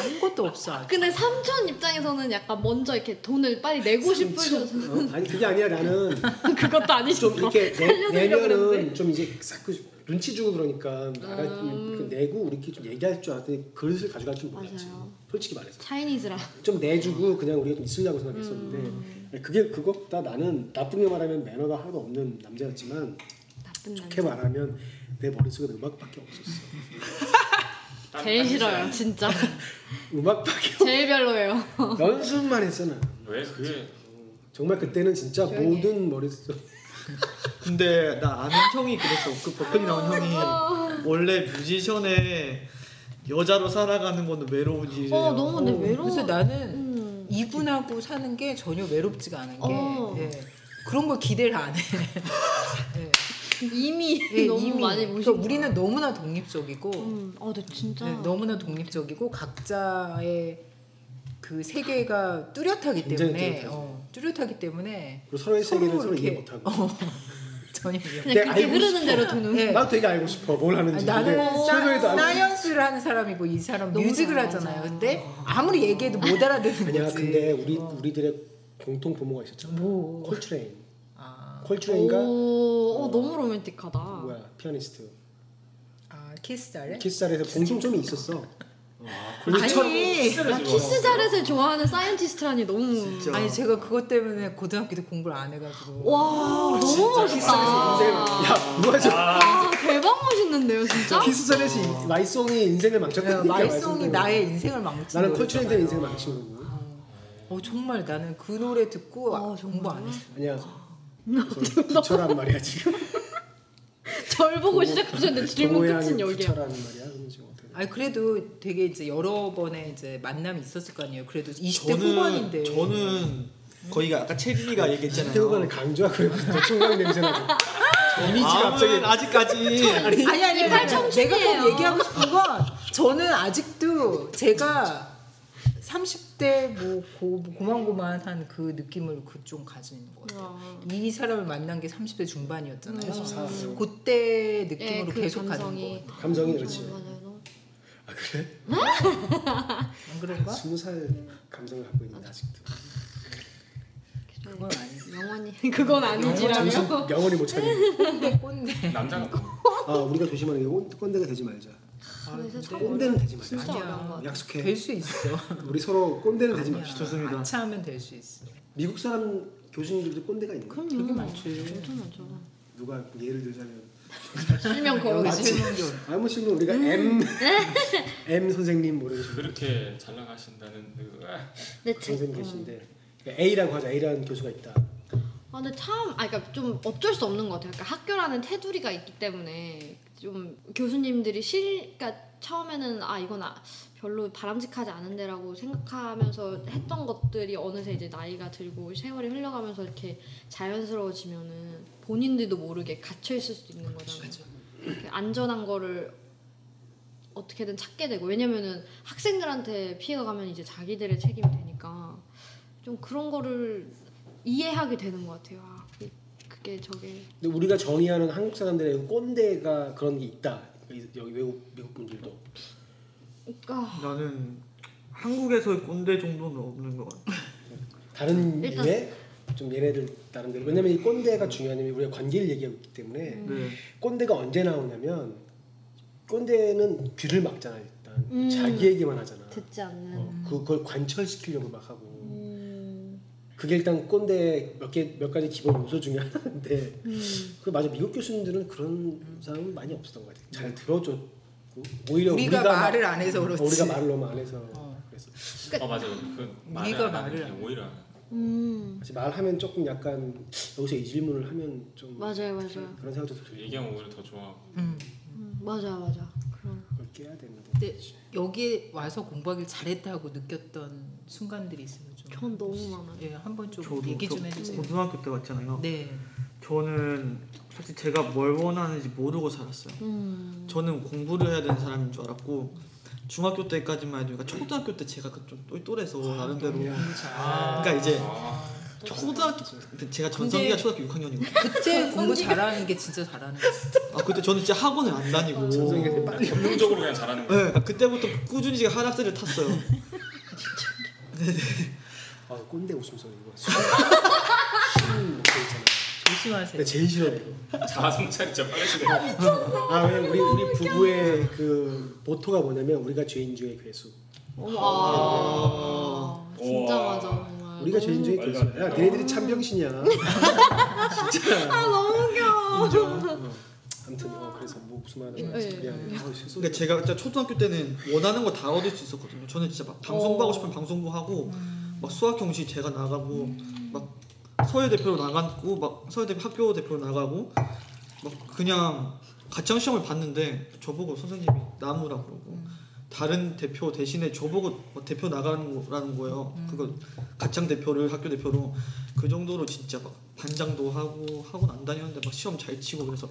Speaker 2: 아무것도 없어. 아주.
Speaker 1: 근데 삼촌 입장에서는 약간 먼저 이렇게 돈을 빨리 내고 싶으셔서
Speaker 4: 어? 아니 그게 아니라 나는
Speaker 1: 그것도 아니시고 뭐
Speaker 4: 좀 이렇게 내,
Speaker 1: 살려드리려고
Speaker 4: 내면은
Speaker 1: 그랬는데.
Speaker 4: 좀 이제 자꾸 눈치 주고 그러니까 나가
Speaker 1: 음.
Speaker 4: 그 내고 우리끼리 좀 얘기할 줄 알았더니 그릇을 가져갈 줄 몰랐지.
Speaker 1: 맞아요.
Speaker 4: 솔직히 말해서.
Speaker 1: 차이니즈라.
Speaker 4: 좀 내주고 그냥 우리가 좀 있으려고 생각했었는데
Speaker 2: 음.
Speaker 4: 그게 그것보다 나는 나쁘게 말하면 매너가 하나도 없는 남자였지만
Speaker 1: 나쁜
Speaker 4: 좋게
Speaker 1: 남자.
Speaker 4: 말하면 내 머릿속에 음악밖에 없었어
Speaker 5: 딴-
Speaker 1: 제일
Speaker 5: 딴
Speaker 1: 싫어요
Speaker 5: 짓이
Speaker 1: 진짜.
Speaker 4: 음악밖에
Speaker 1: 제일 별로예요.
Speaker 4: 없- 연습만 했잖아
Speaker 5: 아니- 왜 그게
Speaker 4: 정말 그때는 진짜
Speaker 1: 조용히
Speaker 4: 모든 머릿속
Speaker 6: 근데 나 아는 형이 그랬어. 그 버클리 나온
Speaker 1: 아,
Speaker 6: 형이 원래 뮤지션의 여자로 살아가는 건 외로운 일이에요.
Speaker 1: 어 너무 근데 외로워.
Speaker 2: 그래서 나는
Speaker 1: 음.
Speaker 2: 이분하고 사는 게 전혀 외롭지가 않은 게
Speaker 1: 어.
Speaker 2: 예. 그런 걸 기대를 안 해.
Speaker 1: 이미
Speaker 2: 예,
Speaker 1: 너무
Speaker 2: 이미.
Speaker 1: 많이
Speaker 2: 그러니까
Speaker 1: 무시.
Speaker 2: 우리는 너무나 독립적이고
Speaker 1: 음, 어, 근데 진짜.
Speaker 2: 예, 너무나 독립적이고 각자의 그 세계가 뚜렷하기
Speaker 4: 굉장히
Speaker 2: 때문에
Speaker 4: 뚜렷하죠.
Speaker 2: 어, 뚜렷하기 때문에
Speaker 4: 그리고 서로의 세계를
Speaker 2: 서로
Speaker 4: 서로 이해
Speaker 2: 이렇게-
Speaker 4: 못하고
Speaker 2: 어, 전혀 이해
Speaker 1: 그냥
Speaker 4: 네,
Speaker 1: 그렇게
Speaker 4: 알고
Speaker 1: 흐르는
Speaker 4: 싶어. 예,
Speaker 1: 대로 두는.
Speaker 2: 네. 아,
Speaker 4: 나도 되게 알고 싶어 뭘 하는지 근데
Speaker 2: 나는
Speaker 4: 최근에도
Speaker 2: 사,
Speaker 4: 알고 싶어
Speaker 2: 사이언스를 하는 사람이고 이 사람
Speaker 1: 너무
Speaker 2: 뮤직을
Speaker 1: 잘
Speaker 2: 하잖아요.
Speaker 1: 맞아.
Speaker 2: 근데 아무리 얘기해도 못 알아듣는
Speaker 4: 아니야
Speaker 2: 거지.
Speaker 4: 근데 우리, 우리들의 공통 부모가 있었잖아
Speaker 2: 뭐
Speaker 4: 콜트레인
Speaker 2: 아,
Speaker 4: 콜트레인과
Speaker 1: 오, 어, 너무 로맨틱하다.
Speaker 4: 그러니까. 뭐야 피아니스트
Speaker 2: 아, 키스 잘해?
Speaker 4: 키스자리에서 공통점이 있었어
Speaker 2: 아. 아니
Speaker 1: 나 키스 자렛을 좋아하는 사이언티스트라니 너무.
Speaker 2: 아니 제가 그것 때문에 고등학교 때 공부를 안 해가지고
Speaker 1: 와, 너무 멋있다.
Speaker 4: 야뭐 누가 저
Speaker 1: 아, 대박 멋있는데요, 진짜?
Speaker 4: 키스전에서 마이송이 인생을
Speaker 2: 네,
Speaker 4: 망쳤다니까
Speaker 2: 마이송이 나의 인생을 망친
Speaker 4: 나는 컬트레인 때문에 인생을
Speaker 2: 거잖아요.
Speaker 4: 망친 거고
Speaker 2: 어 정말 나는 그 노래 듣고
Speaker 1: 어,
Speaker 2: 공부 안
Speaker 1: 정말요?
Speaker 2: 했어.
Speaker 4: 아니야. 그래서 부처란 말이야 지금.
Speaker 1: 절
Speaker 2: 뭐,
Speaker 1: 보고 시작하셨는데
Speaker 2: 그
Speaker 1: 질문 끝은 여기야.
Speaker 4: 부처란 말이야. 그럼 지금 어떻게?
Speaker 2: 아니 그래도 되게 이제 여러 번의 이제 만남이 있었을 거 아니에요. 그래도 20대 후반인데.
Speaker 6: 저는 저는 거기가 아까 채빈이가 얘기했잖아요.
Speaker 4: 태우가는 강조야 그리고 또 청강 냄새나고.
Speaker 6: 이미지가 갑자기 아, 아직까지
Speaker 2: 아니 아니
Speaker 1: 이팔
Speaker 2: 내가 꼭
Speaker 1: 청춘이에요.
Speaker 2: 얘기하고 싶은 건 저는 아직도 제가 30대 뭐 고, 고만고만한 그 느낌을 그 좀 가지는 것 같아요.
Speaker 1: 어.
Speaker 2: 이 사람을 만난 게 30대 중반이었잖아요.
Speaker 4: 24.
Speaker 2: 그때
Speaker 1: 네, 예,
Speaker 2: 느낌으로
Speaker 1: 그
Speaker 2: 계속 가는
Speaker 1: 감성이.
Speaker 2: 거.
Speaker 4: 감성이
Speaker 1: 어,
Speaker 4: 그렇지.
Speaker 1: 맞아요. 너무-
Speaker 4: 아 그래?
Speaker 2: 안
Speaker 1: 뭐?
Speaker 2: 그런가?
Speaker 4: 스무 살 감성을 갖고 있는 아직도.
Speaker 2: 그건 아니지.
Speaker 1: 영원히 그건 아니지라며.
Speaker 4: 정신 영원히 못 차리는.
Speaker 2: 꼰대 꼰대.
Speaker 5: 남자가
Speaker 4: 아 우리가 조심하는 게 꼰- 꼰대가 되지 말자.
Speaker 1: 그래서 참
Speaker 4: 꼰대는 되지 말자.
Speaker 1: 어, 아, 진짜
Speaker 2: 아니야.
Speaker 1: 어려운 것 같아.
Speaker 4: 약속해.
Speaker 2: 될 수 있어.
Speaker 4: 우리 서로 꼰대는 되지 맙시다.
Speaker 6: 좋습니다.
Speaker 2: 아차하면 될 수 있어.
Speaker 4: 미국 사람 교수님들도 꼰대가 있는 거야.
Speaker 1: 그럼요.
Speaker 2: 많지.
Speaker 1: 엄청 많죠.
Speaker 4: 누가 예를 들자면
Speaker 1: 실명
Speaker 4: 아,
Speaker 1: 거론이지.
Speaker 4: 아무 실로 우리가
Speaker 1: 음.
Speaker 4: M M 선생님 모르시는
Speaker 5: 그렇게 잘 나가신다는 그- 아,
Speaker 2: 그러니까
Speaker 1: 근데 제-
Speaker 4: 선생님 계신데 그러니까 A라고 하자. A라는 교수가 있다.
Speaker 1: 아 근데 참, 아 그러니까 좀 어쩔 수 없는 것 같아요. 그러니까 학교라는 테두리가 있기 때문에 좀 교수님들이 실, 그러니까 처음에는 아 이건 아, 별로 바람직하지 않은데라고 생각하면서 했던 것들이 어느새 이제 나이가 들고 세월이 흘러가면서 이렇게 자연스러워지면은 본인들도 모르게 갇혀 있을 수도 있는 거잖아요. 이렇게 안전한 거를 어떻게든 찾게 되고 왜냐면은 학생들한테 피해가 가면 이제 자기들의 책임이 되니까 좀 그런 거를 이해하게 되는 것 같아요. 아, 그- 그게 저게
Speaker 4: 근데 우리가 정의하는 한국 사람들의 꼰대가 그런 게 있다. 여기 외국 미국 분들도
Speaker 1: 아,
Speaker 6: 나는 한국에서의 꼰대 정도는 없는 것 같아.
Speaker 4: 다른
Speaker 1: 음. 일단-
Speaker 4: 류의 좀 얘네들 나름대로 왜냐면 이 꼰대가 중요한 게 우리가 관계를 얘기하고 있기 때문에
Speaker 1: 음.
Speaker 2: 음.
Speaker 6: 네.
Speaker 4: 꼰대가 언제 나오냐면 꼰대는 귀를 막잖아 일단
Speaker 1: 음.
Speaker 4: 자기 얘기만 하잖아
Speaker 1: 듣지 않는
Speaker 4: 어, 그걸 관철시키려고 막 하고
Speaker 1: 음,
Speaker 4: 그게 일단 꼰대 몇 개 몇 가지 기본 요소 중에 하나인데
Speaker 1: 음.
Speaker 4: 그 맞아 미국 교수님들은 그런 사람은 많이 없었던 것 같아 잘 들어줬고 오히려
Speaker 2: 우리가
Speaker 4: 우리가,
Speaker 2: 말을 안 해서
Speaker 4: 막-
Speaker 2: 그렇지.
Speaker 4: 우리가 말을 너무 안 해서
Speaker 2: 어.
Speaker 4: 그래서
Speaker 5: 어 맞아 그
Speaker 2: 우리가 말을 안
Speaker 5: 안 오히려
Speaker 1: 음.
Speaker 4: 사실 말하면 조금 약간 여기서 이 질문을 하면 좀
Speaker 1: 맞아요, 맞아요.
Speaker 4: 그런 생각도 좀 들고
Speaker 5: 얘기하면 오히려 더 좋아하고
Speaker 2: 음.
Speaker 1: 음, 맞아, 맞아. 그런.
Speaker 4: 그걸 깨야 되는데
Speaker 2: 근데 여기 와서 공부하길 잘했다 하고 느꼈던 순간들이 있으면 좀.
Speaker 1: 전 너무 많아요.
Speaker 2: 예, 한번 좀
Speaker 6: 저도
Speaker 2: 얘기
Speaker 6: 저
Speaker 2: 좀 해주세요.
Speaker 6: 고등학교 때 왔잖아요.
Speaker 2: 네.
Speaker 6: 저는 솔직히 제가 뭘 원하는지 모르고 살았어요.
Speaker 1: 음.
Speaker 6: 저는 공부를 해야 되는 사람인 줄 알았고 중학교 때까지만 해도 그러니까 초등학교 때 제가 그좀 또래서
Speaker 2: 아,
Speaker 6: 나름대로 그러니까 이제 초등학교 때 제가 전성기가
Speaker 2: 네. 근데-
Speaker 6: 초등학교 6학년이거든요.
Speaker 1: 네,
Speaker 2: 그때 공부 잘하는 게 진짜 잘하는 거 같아요.
Speaker 6: 아 그때 저는 진짜 학원을 안 다니고
Speaker 4: 전성기한테 빨리
Speaker 5: 본능적으로 그냥 잘하는
Speaker 6: 네,
Speaker 5: 거야
Speaker 6: 그러니까 그때부터 꾸준히 제가 하락세를 탔어요.
Speaker 4: 아 꼰대 웃음소리 이거 술 먹고 있잖아
Speaker 2: 조심하세요.
Speaker 4: 근데 네, 제일 싫어해 이거.
Speaker 5: 자아성찰이 진짜
Speaker 2: 어,
Speaker 5: 빠르시네
Speaker 4: 아 왜냐면 우리 우리 부부의 그 보토가 뭐냐면 우리가 죄인 중에 괴수
Speaker 1: 음.
Speaker 2: 아.
Speaker 1: 와. 아, 진짜
Speaker 5: 우와.
Speaker 1: 맞아, 정말.
Speaker 4: 우리가 죄인
Speaker 1: 너무-
Speaker 4: 중에
Speaker 5: 말도
Speaker 4: 괴수
Speaker 5: 안 돼.
Speaker 4: 야 너희들이 참병신이야
Speaker 1: 아, 너무 귀여워.
Speaker 4: 인정 아무튼 어, 그래서 뭐 무슨 말을 하는지 어,
Speaker 1: 네.
Speaker 4: 미안해 아우 죄송
Speaker 6: 그러니까 제가 진짜 초등학교 때는 원하는 거 다 얻을 수 있었거든요. 저는 진짜 막 방송부 하고 싶으면 방송부 하고 막 수학 경시 제가 나가고 막 서울 대표로 나갔고 막 서울 대표 학교 대표로 나가고 막 그냥 가창 시험을 봤는데 저보고 선생님이 나무라 그러고 다른 대표 대신에 저보고 뭐 대표 나가는 거라는 거예요. 그거 가창 대표를 학교 대표로 그 정도로 진짜 막 반장도 하고 학원 안 다녔는데 막 시험 잘 치고 그래서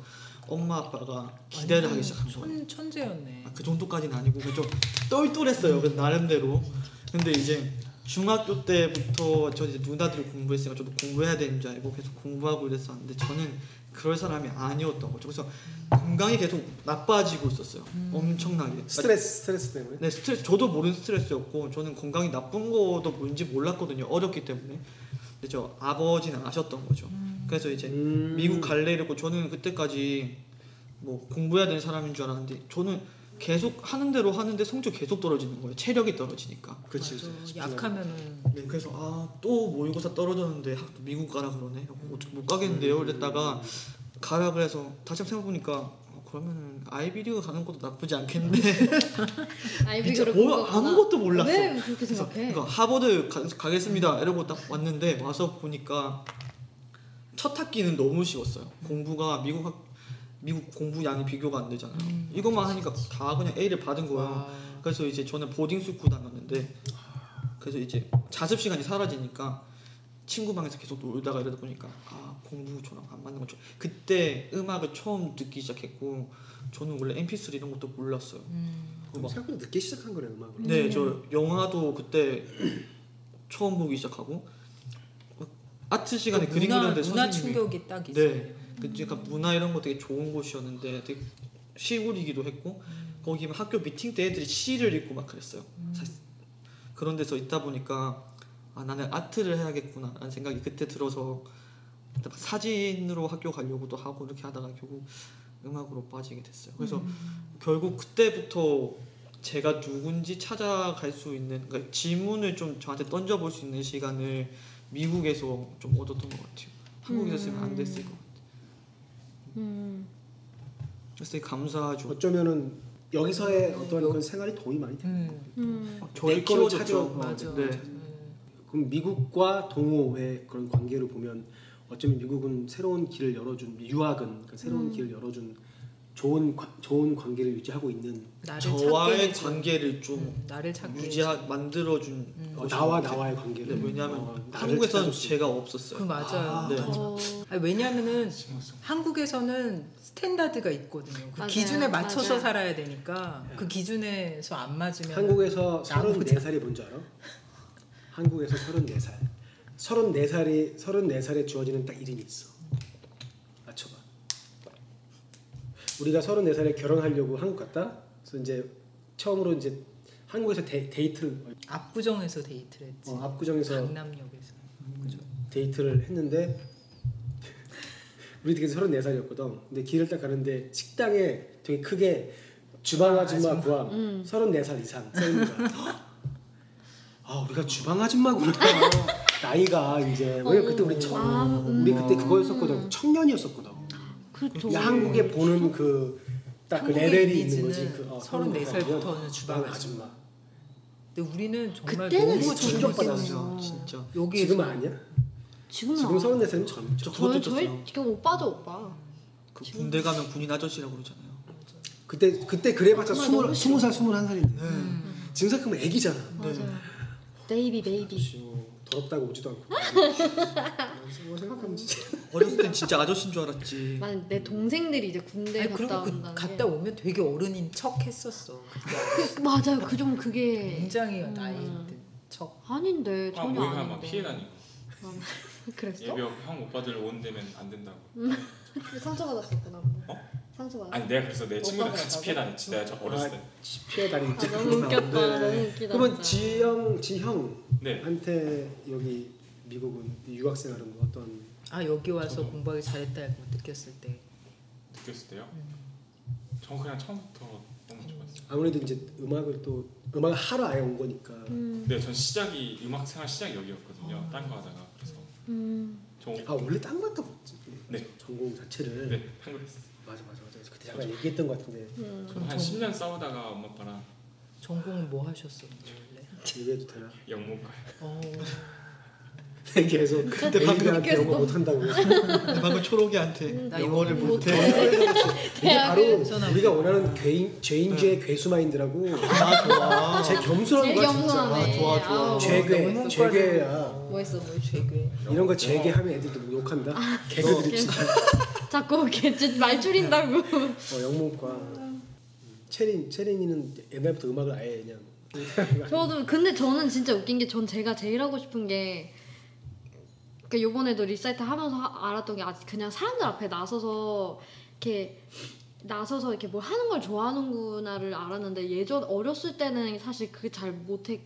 Speaker 6: 엄마 아빠가 기대를 하기 시작한 거예요.
Speaker 2: 천, 천재였네.
Speaker 6: 아, 그 정도까지는 아니고 그좀 똘똘했어요. 그 나름대로. 근데 이제 중학교 때부터 저 이제 누나들이 공부했으니까 저도 공부해야 되는 줄 알고 계속 공부하고 이랬었는데 저는 그럴 사람이 아니었던 거죠. 그래서 건강이 계속 나빠지고 있었어요. 엄청나게.
Speaker 4: 음. 스트레스 스트레스 때문에
Speaker 6: 네, 스트레스 저도 모르는 스트레스였고 저는 건강이 나쁜 거도 뭔지 몰랐거든요. 어렸기 때문에. 근데 저 아버지는 아셨던 거죠. 그래서 이제
Speaker 4: 음.
Speaker 6: 미국 갈래 이랬고 저는 그때까지 뭐 공부해야 되는 사람인 줄 알았는데 저는 계속 하는 대로 하는데 성적 계속 떨어지는 거예요. 체력이 떨어지니까.
Speaker 4: 그렇지
Speaker 2: 맞아.
Speaker 4: 그렇지.
Speaker 2: 약하면은
Speaker 6: 네, 그래서 아 또 모의고사 떨어졌는데 학- 어,
Speaker 4: 음.
Speaker 6: 미국 가라 그러네. 어떻게 못 가겠는데요. 이랬다가 가라 그래서 다시 한번 생각해보니까 그러면은 아이비리그 가는 것도 나쁘지 않겠는데
Speaker 1: 아이비교를
Speaker 6: 진짜 뭐 아무것도 몰랐어.
Speaker 2: 네,
Speaker 1: 왜 그렇게
Speaker 6: 그래서
Speaker 1: 생각해?
Speaker 6: 그러니까 하버드 가, 가겠습니다 이러고 딱 왔는데 와서 보니까 첫 학기는 너무 쉬웠어요. 공부가 미국 학 미국 공부 양이 비교가 안 되잖아요. 이것만 하니까 다 그냥 A를 받은 거예요. 그래서 이제 저는 보딩 스쿨 다녔는데 그래서 이제 자습 시간이 사라지니까 친구 방에서 계속 놀다가 이러다 보니까 아 공부 저랑 안 맞는 거죠. 그때 음악을 처음 듣기 시작했고 저는 원래 MP3 이런 것도 몰랐어요. 그거 막
Speaker 4: 생각보다 늦게 시작한 거래 음악을.
Speaker 6: 네, 저 영화도 그때 처음 보기 시작하고 아트 시간에 그림
Speaker 2: 문화,
Speaker 6: 그리는데
Speaker 2: 문화
Speaker 6: 선생님이
Speaker 2: 충격이 딱 있어요.
Speaker 6: 네, 그 약간 문화 이런 거 되게 좋은 곳이었는데 되게 시골이기도 했고
Speaker 2: 음.
Speaker 6: 거기 막 학교 미팅 때 애들이 시를 읽고 막 그랬어요. 사실 그런 데서 있다 보니까 아 나는 아트를 해야겠구나라는 생각이 그때 들어서 일단 막 사진으로 학교 가려고도 하고 이렇게 하다가 결국 음악으로 빠지게 됐어요. 그래서
Speaker 2: 음.
Speaker 6: 결국 그때부터 제가 누군지 찾아갈 수 있는 그러니까 질문을 좀 저한테 던져볼 수 있는 시간을 미국에서 좀 얻었던 것 같아요. 한국에서
Speaker 2: 음.
Speaker 6: 쓰면 안 됐을 것 같아요.
Speaker 1: 음,
Speaker 6: 그래서 되게 감사하죠.
Speaker 4: 어쩌면은 여기서의 어떤 그런 생활이 도움이 많이 돼.
Speaker 2: 음,
Speaker 1: 음.
Speaker 6: 어,
Speaker 4: 저의 거를 찾아요.
Speaker 2: 맞아.
Speaker 6: 네.
Speaker 4: 어, 그럼 미국과 동호의 그런 관계를 보면 어쩌면 미국은 새로운 길을 열어준 유학은 그러니까 새로운 길을 열어준 좋은 관- 좋은 관계를 유지하고 있는
Speaker 2: 나를 찾게
Speaker 6: 저와의
Speaker 2: 해준,
Speaker 6: 관계를 좀
Speaker 2: 음, 나를 찾게 해준.
Speaker 6: 유지하 만들어준
Speaker 4: 어,
Speaker 6: 곳인
Speaker 4: 나와
Speaker 6: 것 같아요.
Speaker 4: 나와의 관계를.
Speaker 6: 네, 왜냐하면
Speaker 4: 어, 나를
Speaker 6: 한국에서는
Speaker 4: 찾아줬어.
Speaker 6: 제가
Speaker 2: 그
Speaker 6: 없었어요.
Speaker 2: 맞아요.
Speaker 4: 아,
Speaker 6: 네.
Speaker 1: 어,
Speaker 2: 아니, 왜냐면은 한국에서는 스탠다드가 있거든요. 그
Speaker 1: 맞아요.
Speaker 2: 기준에 맞춰서
Speaker 1: 맞아요. 네.
Speaker 2: 살아야 되니까 그 기준에서 안 맞으면
Speaker 4: 한국에서
Speaker 2: 나보다.
Speaker 4: 34살이 뭔지 알아? 한국에서 34살. 34살이 34살에 주어지는 딱 이름이 있어. 맞춰봐. 우리가 34살에 결혼하려고 한국 갔다. 그래서 이제 처음으로 이제 한국에서 데, 이트를
Speaker 2: 압구정에서 데이트를 했지.
Speaker 4: 어, 압구정에서
Speaker 2: 강남역에서.
Speaker 4: 데이트를 했는데 우리 되게 34살이었거든. 근데 길을 딱 가는데 식당에 되게 크게 주방 아줌마 구함 34살 이상 써 있는 거야. 아 우리가 주방 아줌마구나. 나이가 이제 왜 그때 우리 청
Speaker 1: 아, 음.
Speaker 4: 우리 그때 그거였었거든. 청년이었었거든.
Speaker 1: 그렇죠.
Speaker 4: 이 한국에 보는 그 딱 그
Speaker 2: 한국의
Speaker 4: 레벨이 있는
Speaker 2: 이미지는
Speaker 4: 거지. 그,
Speaker 2: 34
Speaker 4: 한국에 가면
Speaker 2: 살부터는 주방 아줌마. 근데 우리는 정말
Speaker 1: 그때는
Speaker 2: 너무 좋은
Speaker 4: 진짜
Speaker 1: 아,
Speaker 2: 거죠.
Speaker 4: 충격받았어요.
Speaker 6: 진짜 진짜.
Speaker 2: 여기
Speaker 4: 지금은 아니야?
Speaker 1: 지금은
Speaker 4: 지금
Speaker 1: 안-
Speaker 4: 34살은 젊죠.
Speaker 1: 저희 저희
Speaker 6: 저도 졌어요.
Speaker 1: 지금 오빠죠 오빠.
Speaker 6: 그 군대 가면 군인 아저씨라고 그러잖아요.
Speaker 4: 그때 그때 그래봤자
Speaker 1: 정말
Speaker 4: 스물
Speaker 1: 너무
Speaker 4: 스무 살 스물한 살인데 지금 생각하면 애기잖아.
Speaker 1: 맞아요. 베이비 베이비.
Speaker 4: 어, 더럽다고 오지도 않고. 뭐 생각하면 진짜.
Speaker 6: 어렸을 땐 진짜 아저씨인 줄 알았지.
Speaker 1: 난 내 동생들이 이제 군대
Speaker 2: 아니,
Speaker 1: 갔다
Speaker 2: 그리고 그
Speaker 1: 온다는
Speaker 2: 갔다
Speaker 1: 게.
Speaker 2: 오면 되게 어른인 척 했었어.
Speaker 1: 그, 맞아요. 그 좀 그게
Speaker 2: 굉장히 나이 때 척.
Speaker 1: 아닌데
Speaker 5: 아
Speaker 1: 전혀
Speaker 5: 모임하면 막
Speaker 1: 아닌데.
Speaker 5: 피해 다니고
Speaker 1: 그랬어?
Speaker 5: 예비역 형 오빠들 온다면 안 된다고.
Speaker 1: 상처받았었구나. 뭐. 상처받았어.
Speaker 5: 아니 내가 그래서 내 친구들
Speaker 2: 오빠가
Speaker 5: 같이
Speaker 2: 나가고. 아.
Speaker 5: 피해 다녔지. 내가 저 어렸을 때.
Speaker 4: 피해 다니지.
Speaker 1: 아, 너무 웃겼다. 너무 웃기다.
Speaker 4: 그러면
Speaker 1: 진짜.
Speaker 4: 지영 지형한테
Speaker 5: 네.
Speaker 4: 여기 미국은 유학생활은 뭐 어떤
Speaker 2: 아 여기 와서
Speaker 5: 저도.
Speaker 2: 공부하기 잘했다 고 느꼈을 때.
Speaker 5: 느꼈을 때요.
Speaker 2: 음.
Speaker 5: 전 그냥 처음부터 너무 좋았어요.
Speaker 4: 아무래도 이제 음악을 또 음악을 하러 아예 온 거니까
Speaker 1: 음.
Speaker 5: 근데 네, 전 시작이 음악 생활 시작이
Speaker 6: 아.
Speaker 5: 여기였거든요. 딴 거 하다가 그래서
Speaker 1: 음.
Speaker 5: 저
Speaker 4: 아 원래 딴 거다 봤지.
Speaker 5: 네.
Speaker 4: 전공 자체를
Speaker 5: 네, 한글 했어요.
Speaker 4: 맞아
Speaker 5: 그렇죠.
Speaker 4: 맞아 맞아. 그때 잠깐 얘기했던 것 같은데
Speaker 1: 음.
Speaker 6: 그렇죠.
Speaker 5: 저한 10년 싸우다가 엄마 아빠랑
Speaker 2: 전공은 뭐 하셨었는데 원래?
Speaker 4: 얘기해도 되나?
Speaker 5: 영문과
Speaker 2: 어,
Speaker 4: 계속 그때 방금한테 영어 못 한다고.
Speaker 6: 근데 방금 초록이한테
Speaker 2: 나
Speaker 6: 영어를
Speaker 2: 영어를
Speaker 6: 못해.
Speaker 4: 이게 바로
Speaker 2: 전화
Speaker 4: 우리가 원하는 괴인, 죄인죄의 괴수 마인드라고
Speaker 6: 아 좋아.
Speaker 4: 제 겸손한
Speaker 1: 네. 제일 어,
Speaker 4: 거야
Speaker 1: 겸손하네.
Speaker 4: 진짜.
Speaker 6: 좋아, 좋아.
Speaker 1: 아우,
Speaker 4: 죄괴,
Speaker 2: 영문과는-
Speaker 4: 죄괴야.
Speaker 1: 뭐했어 뭐 했어.
Speaker 2: 되게
Speaker 4: 이런 거 재게 하면 애들도 욕한다.
Speaker 1: 아,
Speaker 4: 개그들이 진짜
Speaker 1: 자꾸 걔짓 말 줄인다고.
Speaker 4: 어, 영문과. 체린 체린이는 옛날부터 음악을 아예 그냥
Speaker 1: 저도 근데 저는 진짜 웃긴 게 전 제가 제일 하고 싶은 게 그러니까 요번에도 리사이트 하면서 하- 알았던 게 아직 그냥 사람들 앞에 나서서 이렇게 나서서 이렇게 뭘 하는 걸 좋아하는구나를 알았는데 예전 어렸을 때는 사실 그게 잘 못했거든요.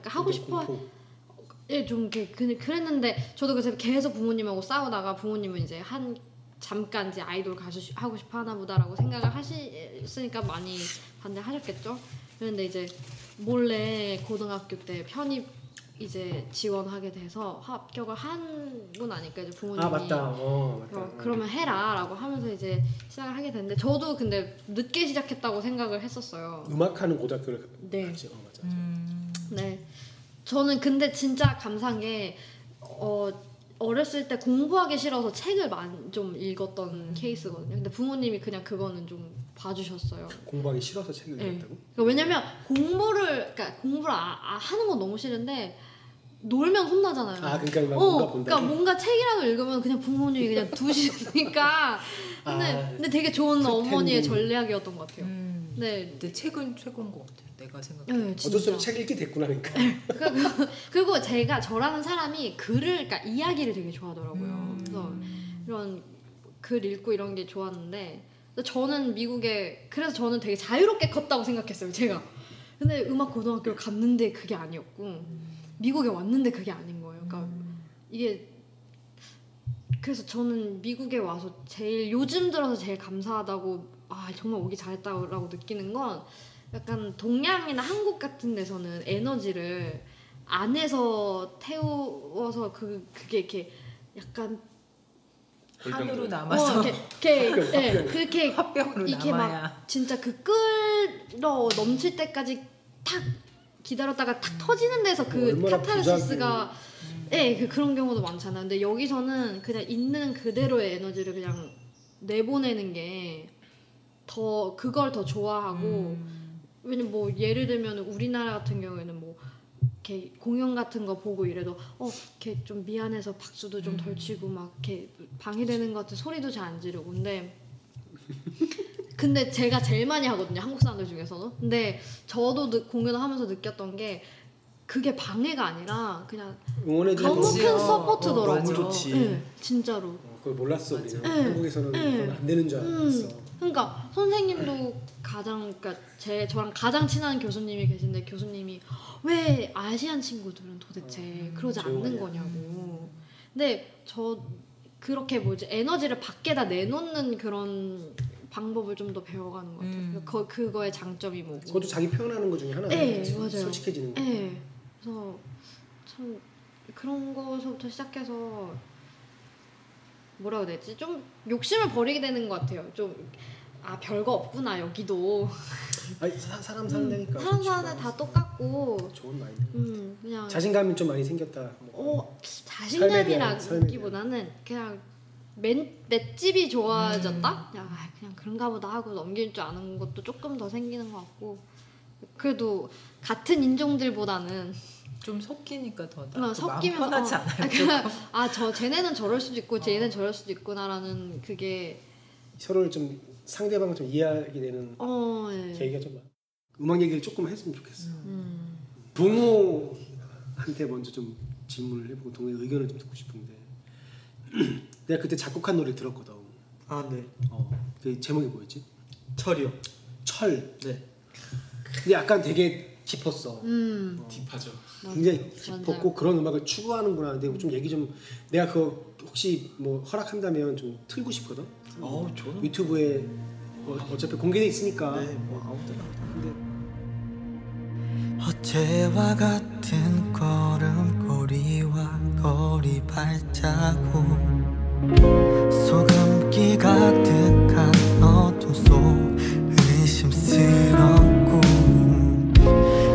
Speaker 1: 그러니까 하고 싶어
Speaker 4: 공포.
Speaker 1: 예, 좀 이렇게 그- 그랬는데 저도 그래서 계속 부모님하고 싸우다가 부모님은 이제 한 잠깐 이제 아이돌 가수 시- 하고 싶어 하나 보다라고 생각을 하시으니까 많이 반대하셨겠죠. 그런데 이제 몰래 고등학교 때 편입 이제 지원하게 돼서 합격을 한 분 아니까 이제 뭐 부모님이
Speaker 4: 아 맞다. 어 맞다.
Speaker 1: 어, 그러면 해라라고 하면서 이제 시작을 하게 됐는데 저도 근데 늦게 시작했다고 생각을 했었어요.
Speaker 4: 음악하는 고등학교를
Speaker 1: 네.
Speaker 4: 갔지. 어, 맞아.
Speaker 1: 네. 저는 근데 진짜 감사한 게 어, 어렸을 때 공부하기 싫어서 책을 많이 좀 읽었던
Speaker 4: 음.
Speaker 1: 케이스거든요. 근데 부모님이 그냥 그거는 좀 봐주셨어요.
Speaker 4: 공부하기 싫어서 책을
Speaker 1: 네.
Speaker 4: 읽었다고.
Speaker 1: 그러니까 왜냐면 공부를 그러니까 공부를 아, 아, 하는 건 너무 싫은데 놀면 혼나잖아요.
Speaker 4: 아 그러니까 막 뭔가
Speaker 1: 어,
Speaker 4: 본다.
Speaker 1: 그러니까 뭔가 책이라도 읽으면 그냥 부모님이 그냥 두시니까 근데
Speaker 4: 아,
Speaker 1: 근데 되게 좋은 어머니의 전략이었던 것 같아요.
Speaker 2: 음.
Speaker 1: 네,
Speaker 2: 근데 책은 최고인 것 같아. 내가 생각해.
Speaker 1: 네
Speaker 4: 어쩔 수
Speaker 1: 진짜.
Speaker 4: 없이 책 읽게 됐구나 그러니까.
Speaker 1: 그리고- 그리고 제가 저라는 사람이 글을 그러니까 이야기를 되게 좋아하더라고요. 그래서 이런 글 읽고 이런 게 좋았는데 근데 저는 미국에 그래서 저는 되게 자유롭게 컸다고 생각했어요. 제가 근데 음악 고등학교를 갔는데 그게 아니었고 미국에 왔는데 그게 아닌 거예요. 그러니까 이게 그래서 저는 미국에 와서 제일 요즘 들어서 제일 감사하다고 아 정말 오기 잘했다라고 느끼는 건 약간 동양이나 한국 같은 데서는 에너지를 안에서 태워서 그 그게 이렇게 약간
Speaker 4: 그
Speaker 2: 한으로
Speaker 1: 어,
Speaker 2: 남아서
Speaker 1: 이렇게 이렇게 예, 그렇게
Speaker 2: 화병으로
Speaker 1: 이렇게 막
Speaker 2: 남아야.
Speaker 1: 진짜 그 끌어 넘칠 때까지 탁 기다렸다가 탁 터지는 데서 그
Speaker 4: 얼마나
Speaker 1: 카타르시스가 예, 그 그런 경우도 많잖아요. 근데 여기서는 그냥 있는 그대로의 에너지를 그냥 내보내는 게 더 그걸 더
Speaker 2: 음.
Speaker 1: 좋아하고 왜냐면 뭐 예를 들면 우리나라 같은 경우에는 뭐 이렇게 공연 같은 거 보고 이래도 어 이렇게 좀 미안해서 박수도 좀 덜 치고 막 이렇게 방해되는 것 같은 소리도 잘 안 지르고 근데 근데 제가 제일 많이 하거든요 한국 사람들 중에서는 근데 저도 느- 공연을 하면서 느꼈던 게 그게 방해가 아니라 그냥
Speaker 4: 응원해 주는
Speaker 1: 너무
Speaker 2: 그렇지요.
Speaker 1: 큰
Speaker 2: 어,
Speaker 1: 서포트더라고요
Speaker 2: 맞아.
Speaker 4: 너무 좋지.
Speaker 1: 네, 진짜로
Speaker 4: 어, 그걸 몰랐어 우리는.
Speaker 1: 맞아.
Speaker 4: 한국에서는
Speaker 1: 응.
Speaker 4: 그건 안 되는 줄 알았어.
Speaker 1: 그러니까 선생님도 가장 그러니까 제 저랑 가장 친한 교수님이 계신데 교수님이 왜 아시안 친구들은
Speaker 4: 음,
Speaker 1: 도대체 그러지 않는
Speaker 4: 조용하냐.
Speaker 1: 거냐고. 근데 저 그렇게 뭐지 에너지를 밖에다 내놓는 그런 방법을 좀 더 배워가는 것 같아요.
Speaker 2: 음.
Speaker 1: 그 그거의 장점이 뭐고.
Speaker 4: 그것도 자기 표현하는 것 중에 하나예요.
Speaker 1: 네, 맞아요.
Speaker 4: 솔직해지는 거.
Speaker 1: 네. 그래서 참 그런 거서부터 시작해서 뭐라고 해야 되지? 좀 욕심을 버리게 되는 것 같아요. 좀 아 별거 없구나 여기도
Speaker 4: 아니, 사, 사람
Speaker 1: 음,
Speaker 4: 산다니까.
Speaker 1: 사람 사는 다 똑같고
Speaker 4: 좋은 마인드.
Speaker 1: 음 그냥
Speaker 4: 자신감이 좀 많이 생겼다. 뭐.
Speaker 1: 어
Speaker 4: 삶에 대한, 삶에
Speaker 1: 자신감이라기보다는 그냥 맨 맷집이 좋아졌다.
Speaker 4: 음.
Speaker 1: 야 그냥 그런가 보다 하고 넘길 줄 아는 것도 조금 더 생기는 것 같고 그래도 같은 인종들보다는
Speaker 2: 좀 섞이니까 더
Speaker 1: 어,
Speaker 2: 나.
Speaker 1: 섞이면
Speaker 2: 아, 편하지
Speaker 1: 어.
Speaker 2: 않아요?
Speaker 1: 아 저 쟤네는 저럴 수도 있고 쟤네는 저럴 수도 있구나라는 그게
Speaker 4: 서로를 좀 상대방을 좀 이해하게 되는
Speaker 1: 어 예.
Speaker 4: 계기가 좀 많아. 음악 얘기를 조금 했으면 좋겠어.
Speaker 1: 음.
Speaker 4: 동호한테 먼저 좀 질문을 해보고 동호의 의견을 좀 듣고 싶은데 내가 그때 작곡한 노래 들었거든.
Speaker 6: 아 네.
Speaker 4: 어, 그 제목이 뭐였지?
Speaker 6: 철이요.
Speaker 4: 철.
Speaker 6: 네.
Speaker 4: 근데 약간 되게 깊었어.
Speaker 1: 음.
Speaker 4: 어.
Speaker 5: 딥하죠.
Speaker 1: 맞아.
Speaker 4: 굉장히
Speaker 1: 맞아요.
Speaker 4: 깊었고 그런 음악을 추구하는구나. 근데 좀 얘기 좀 내가 그거 혹시 뭐 허락한다면 좀 틀고 싶거든.
Speaker 6: 아우 저는
Speaker 4: 유튜브에 어, 어차피 공개돼 있으니까
Speaker 6: 네뭐 아무 때나.
Speaker 7: 어제와 같은 걸음걸이와 거리 발자국 소금기 가득한 어둠 속 의심스럽고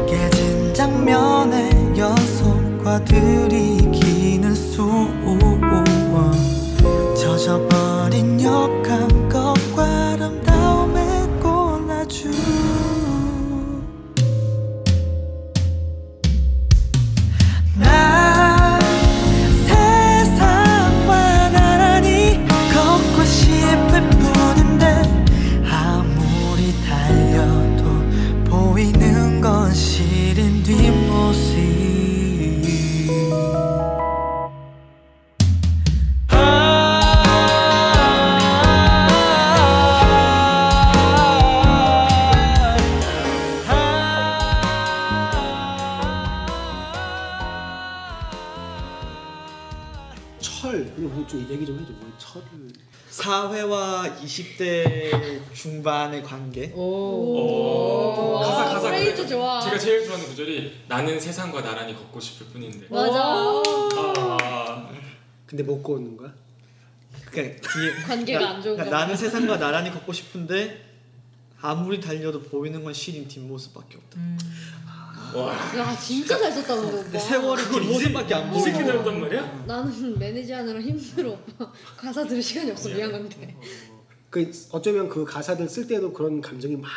Speaker 7: 깨진 장면의 연속과 들이키는 수원 젖어버린 역한 것과 아름다움에 골라주 나 세상과 나란히 걷고 싶을 뿐인데 아무리 달려도 보이는 건 시린 뒷모습
Speaker 4: 철 그럼 좀 얘기 좀 해줘. 뭐 철을
Speaker 6: 사회와 20대 중반의 관계.
Speaker 5: 오. 가사 가사
Speaker 1: 프레이즈
Speaker 5: 그래요.
Speaker 1: 좋아.
Speaker 5: 제가 제일 좋아하는 구절이 나는 세상과 나란히 걷고 싶을 뿐인데.
Speaker 1: 맞아.
Speaker 5: 아,
Speaker 4: 근데 못 구하는 거야?
Speaker 6: 그러니까 뒤에-
Speaker 1: 관계가
Speaker 6: 그러니까
Speaker 1: 안 좋은
Speaker 6: 그러니까
Speaker 1: 거.
Speaker 6: 나는 세상과 나란히 걷고 싶은데 아무리 달려도 보이는 건 시린 뒷모습밖에 없다.
Speaker 5: 와.
Speaker 1: 야 진짜 잘 썼다 근데 오빠.
Speaker 6: 근데 세월이 뒷모습밖에 안
Speaker 5: 이
Speaker 6: 보이고.
Speaker 5: 새끼 들었단
Speaker 6: 어.
Speaker 5: 말이야?
Speaker 1: 나는 매니지 하느라 힘들어 오빠. 가사 들을 시간이 없어 미안한데.
Speaker 4: 그 어쩌면 그 가사들 쓸 때도 그런 감정이 막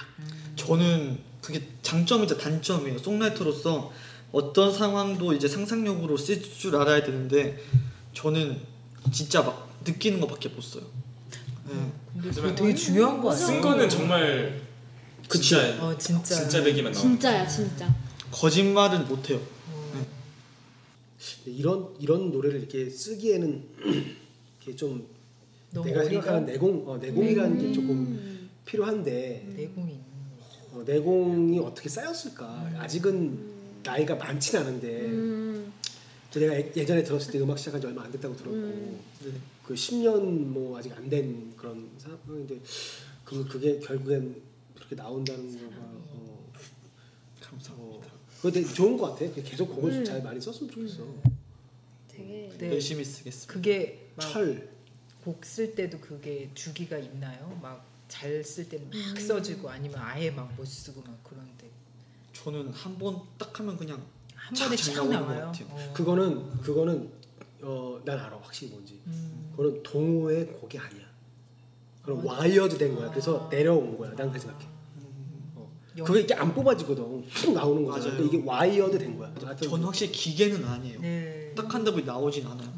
Speaker 6: 저는 그게 장점이자 단점이에요. 송라이터로서 어떤 상황도 이제 상상력으로 쓸 줄 알아야 되는데 저는 진짜 막 느끼는 것밖에 못 써요. 네.
Speaker 2: 근데
Speaker 5: 하지만
Speaker 2: 그게 되게 중요한 거 아니에요?
Speaker 5: 쓴 거는 정말
Speaker 6: 그치.
Speaker 5: 진짜
Speaker 2: 어 진짜.
Speaker 5: 진짜 배기만 나와.
Speaker 1: 진짜야 진짜.
Speaker 6: 거짓말은 못 해요.
Speaker 4: 이런 이런 노래를 이렇게 쓰기에는 이게 좀
Speaker 2: 너무
Speaker 4: 내가
Speaker 2: 어리가-
Speaker 4: 생각하는 내공 어, 내공이라는 게 조금
Speaker 1: 음.
Speaker 4: 필요한데
Speaker 2: 내공이 있는.
Speaker 4: 어, 내공이 어떻게 쌓였을까 아직은 나이가 많진 않은데
Speaker 1: 음.
Speaker 4: 저 내가 예- 예전에 들었을 때 음악 시작한 지 얼마 안 됐다고 들었고
Speaker 1: 음.
Speaker 4: 근데 그 10년 뭐 아직 안 된 그런 상황인데 그 그게 결국엔 그렇게 나온다는 거가 어,
Speaker 6: 감사합니다.
Speaker 4: 그거 되게 좋은 것 같아. 계속 곡을
Speaker 1: 음.
Speaker 4: 잘 많이 썼으면 좋겠어.
Speaker 1: 되게.
Speaker 2: 네.
Speaker 6: 열심히 쓰겠습니다.
Speaker 2: 그게
Speaker 4: 철
Speaker 2: 막곡 쓸 때도 그게 주기가 있나요? 막 잘 쓸 때는
Speaker 1: 음.
Speaker 2: 막 써지고 아니면 아예 막 못 쓰고 막 그런데
Speaker 6: 저는 한 번 딱 하면 그냥
Speaker 2: 한
Speaker 6: 참
Speaker 2: 번에
Speaker 6: 잘
Speaker 2: 착
Speaker 6: 나오는 것
Speaker 2: 나와요.
Speaker 6: 같아요.
Speaker 2: 어.
Speaker 4: 그거는 그거는 어, 난 알아 확실히 뭔지.
Speaker 2: 음.
Speaker 4: 그거는 동호회 곡이 아니야. 그럼 와이어드 된
Speaker 1: 아.
Speaker 4: 거야. 그래서 내려온 거야. 난 그렇게 생각해. 음.
Speaker 2: 영-
Speaker 4: 그게 이렇게 안 뽑아지거든. 툭 나오는 거잖아.
Speaker 6: 맞아요.
Speaker 4: 근데 이게 와이어드 된 거야. 하여튼
Speaker 6: 저는 확실히 기계는 아니에요.
Speaker 2: 네.
Speaker 6: 딱 한다고 나오진 않아요.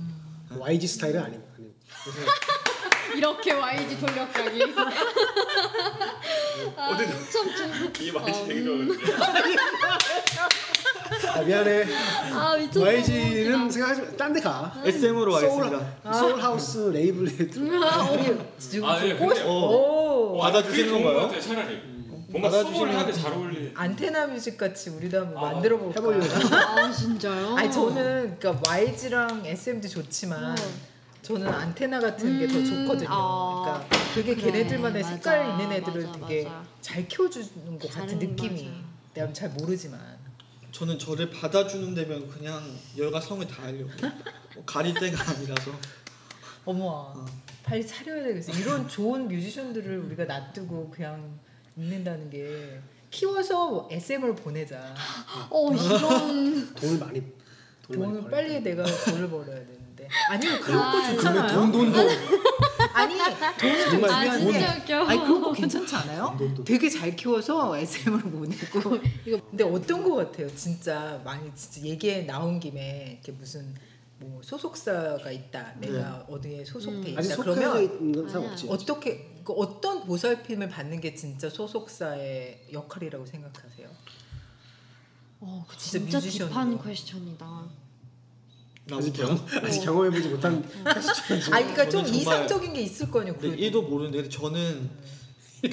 Speaker 4: YG 뭐 스타일은 아닌 거야.
Speaker 1: 이렇게 YG 돌려가기. 아, 어, 참, 참.
Speaker 5: 이게 맛이
Speaker 1: 음.
Speaker 5: 되게 좋거든요.
Speaker 4: 아 미안해.
Speaker 1: 아,
Speaker 2: 네.
Speaker 1: 미쳤어.
Speaker 4: YG는 생각하지 마. 딴데 가.
Speaker 6: SM으로 가겠습니다.
Speaker 4: 소울, 소울 하우스 레이블에 들어.
Speaker 2: 지금
Speaker 5: 아, 예, 근데
Speaker 6: 어,
Speaker 2: 오
Speaker 6: 받아주시는
Speaker 5: 그게 좋은
Speaker 6: 건가요? 음.
Speaker 5: 것 같아요, 차라리. 뭔가
Speaker 6: 받아주시면-
Speaker 5: 소울하게 잘 어울리는.
Speaker 2: 안테나 뮤직 같이 우리도 한번
Speaker 5: 아,
Speaker 2: 만들어 볼까?
Speaker 4: 해보려고.
Speaker 1: 아, 진짜요?
Speaker 2: 아니 저는 그러니까 YG랑 SM도 좋지만
Speaker 1: 어.
Speaker 2: 저는 안테나 같은 게 더
Speaker 1: 음,
Speaker 2: 좋거든요.
Speaker 1: 아.
Speaker 2: 그러니까 그게
Speaker 1: 그래,
Speaker 2: 걔네들만의
Speaker 1: 맞아,
Speaker 2: 색깔 있는 애들을
Speaker 1: 맞아,
Speaker 2: 되게
Speaker 1: 맞아.
Speaker 2: 잘 키워주는 것 같은
Speaker 1: 잘은
Speaker 2: 느낌이.
Speaker 1: 맞아.
Speaker 2: 내가 잘 모르지만.
Speaker 6: 저는 저를 받아주는 데면 그냥 열과 성을 다하려고 뭐 가릴 때가 아니라서
Speaker 2: 어머, 빨리 차려야 되겠어. 이런 좋은 뮤지션들을 우리가 놔두고 그냥 있는다는 게 키워서 SM을 보내자.
Speaker 1: 어, 이런.
Speaker 4: 돈을 많이 돈을 많이
Speaker 2: 돈을
Speaker 4: 벌-
Speaker 2: 빨리 내가 돈을 벌어야 되는데. 아니면 그런 거
Speaker 4: 그러면
Speaker 2: 좋잖아요.
Speaker 4: 돈, 돈, 돈.
Speaker 2: 아니 돈을 좀
Speaker 4: 정말
Speaker 1: 아,
Speaker 2: 중요한데.
Speaker 1: 진짜 웃겨.
Speaker 2: 아니 그런 거 괜찮지 않아요? 되게 잘 키워서 SM을 보내고 이거 근데 어떤 거 같아요? 진짜 많이 진짜 얘기에 나온 김에 이렇게 무슨 뭐 소속사가 있다 내가 어디에 소속돼
Speaker 4: 아직
Speaker 2: 있다
Speaker 4: 속해져
Speaker 2: 그러면
Speaker 4: 있는 사람
Speaker 1: 아니야.
Speaker 4: 없지.
Speaker 2: 어떻게 그 어떤 보살핌을 받는 게 진짜 소속사의 역할이라고 생각하세요?
Speaker 1: 어, 그
Speaker 2: 진짜
Speaker 1: 진짜
Speaker 2: 뮤지션이다.
Speaker 1: 딥한 퀘스천이다.
Speaker 4: 아직
Speaker 6: 나부터요.
Speaker 4: 경험 아직 경험해보지 못한
Speaker 2: 어. 아 그러니까 좀
Speaker 6: 저는 정말-
Speaker 2: 이상적인 게 있을 거 아니에요?
Speaker 6: 근데
Speaker 2: 그래도.
Speaker 6: 일도 모르는데 근데 저는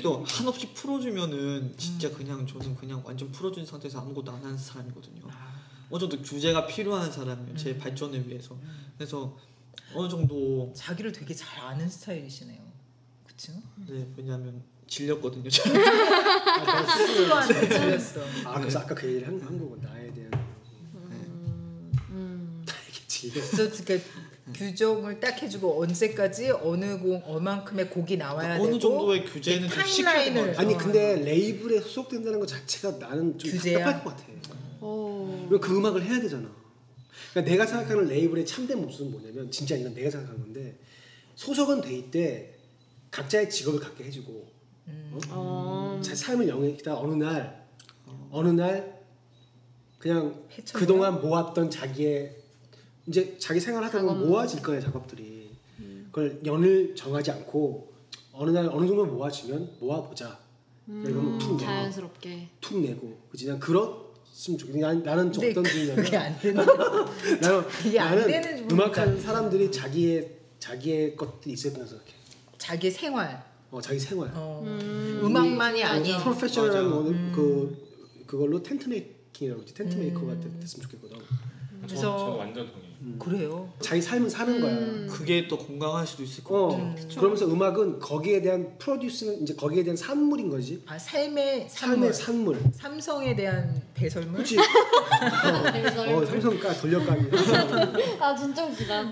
Speaker 6: 또 한없이 풀어주면은 진짜 그냥 저는 그냥 완전 풀어준 상태에서 아무것도 안 하는 사람이거든요.
Speaker 2: 아,
Speaker 6: 어느 정도 규제가 필요한 사람이에요. 제 발전을 위해서. 그래서 어느 정도
Speaker 2: 자기를 되게 잘 아는 스타일이시네요. 그렇죠?
Speaker 6: 네 왜냐하면 질렸거든요. 저는.
Speaker 2: 스스로 아는 거 질렸어.
Speaker 4: 아 그래서 아까 그 얘기를 한, 한 거고 나에 대한
Speaker 1: 음.
Speaker 4: 알겠지.
Speaker 2: 그래서 그러니까 규정을 딱 해주고 언제까지 어느 곡 어만큼의 곡이 나와야 되고
Speaker 6: 그러니까 어느 정도의 규제는 좀 시켜야 되는 것
Speaker 2: 타임라인을-
Speaker 6: 같아요.
Speaker 4: 아니 근데 레이블에 소속된다는 것 자체가 나는 좀
Speaker 2: 규제야?
Speaker 4: 답답할 것 같아.
Speaker 1: 오.
Speaker 4: 왜냐면 그 음악을 해야 되잖아. 그러니까 내가 생각하는 레이블의 참된 모습은 뭐냐면 진짜 이건 내가 생각하는 건데 소속은 돼 있대 각자의 직업을 갖게 해주고
Speaker 2: 음.
Speaker 1: 어.
Speaker 4: 제 삶을 영위하다 어느 날 어느 날 그냥
Speaker 2: 해쳐요?
Speaker 4: 그동안 모았던 자기의 이제 자기 생활 하다 보면
Speaker 1: 작업.
Speaker 4: 모아질 거예요 작업들이
Speaker 2: 음.
Speaker 4: 그걸 연을 정하지 않고 어느 날 어느 정도 모아지면 모아보자 이러면 툭
Speaker 1: 음,
Speaker 4: 내고
Speaker 1: 자연스럽게.
Speaker 4: 툭 내고 그지 난 그렇으면 좋겠 난, 나는 좀
Speaker 2: 근데
Speaker 4: 어떤 분이냐면
Speaker 2: 그게 안 되는
Speaker 4: 나는,
Speaker 2: 이게 안
Speaker 4: 나는
Speaker 2: 되는 부분이다.
Speaker 4: 음악하는 사람들이 자기의 자기의 것들이 있어야 된다고 생각해
Speaker 2: 자기 생활
Speaker 4: 어 자기 생활 어,
Speaker 2: 어.
Speaker 1: 음.
Speaker 2: 음악만이 아닌
Speaker 4: 프로페셔널한
Speaker 2: 음.
Speaker 6: 맞아.
Speaker 4: 거는 그 그걸로 텐트 메이킹이라고 그러지 텐트 메이커가 됐- 됐으면 좋겠거든.
Speaker 5: 음. 저,
Speaker 2: 그래서-
Speaker 5: 저 완전 동의해요.
Speaker 6: 음.
Speaker 2: 그래요.
Speaker 4: 자기 삶을 사는 거야.
Speaker 1: 음.
Speaker 6: 그게 또 건강할 수도 있을 것 같아요.
Speaker 4: 어, 그러면서 음악은 거기에 대한 프로듀스는 이제 거기에 대한 산물인 거지.
Speaker 2: 아 삶의 삶의
Speaker 4: 삶의 산물.
Speaker 2: 삼성에 대한 배설물.
Speaker 4: 그렇지.
Speaker 1: 그래서
Speaker 4: 어, 삼성가 돌려감이.
Speaker 1: 아 진짜 웃기다.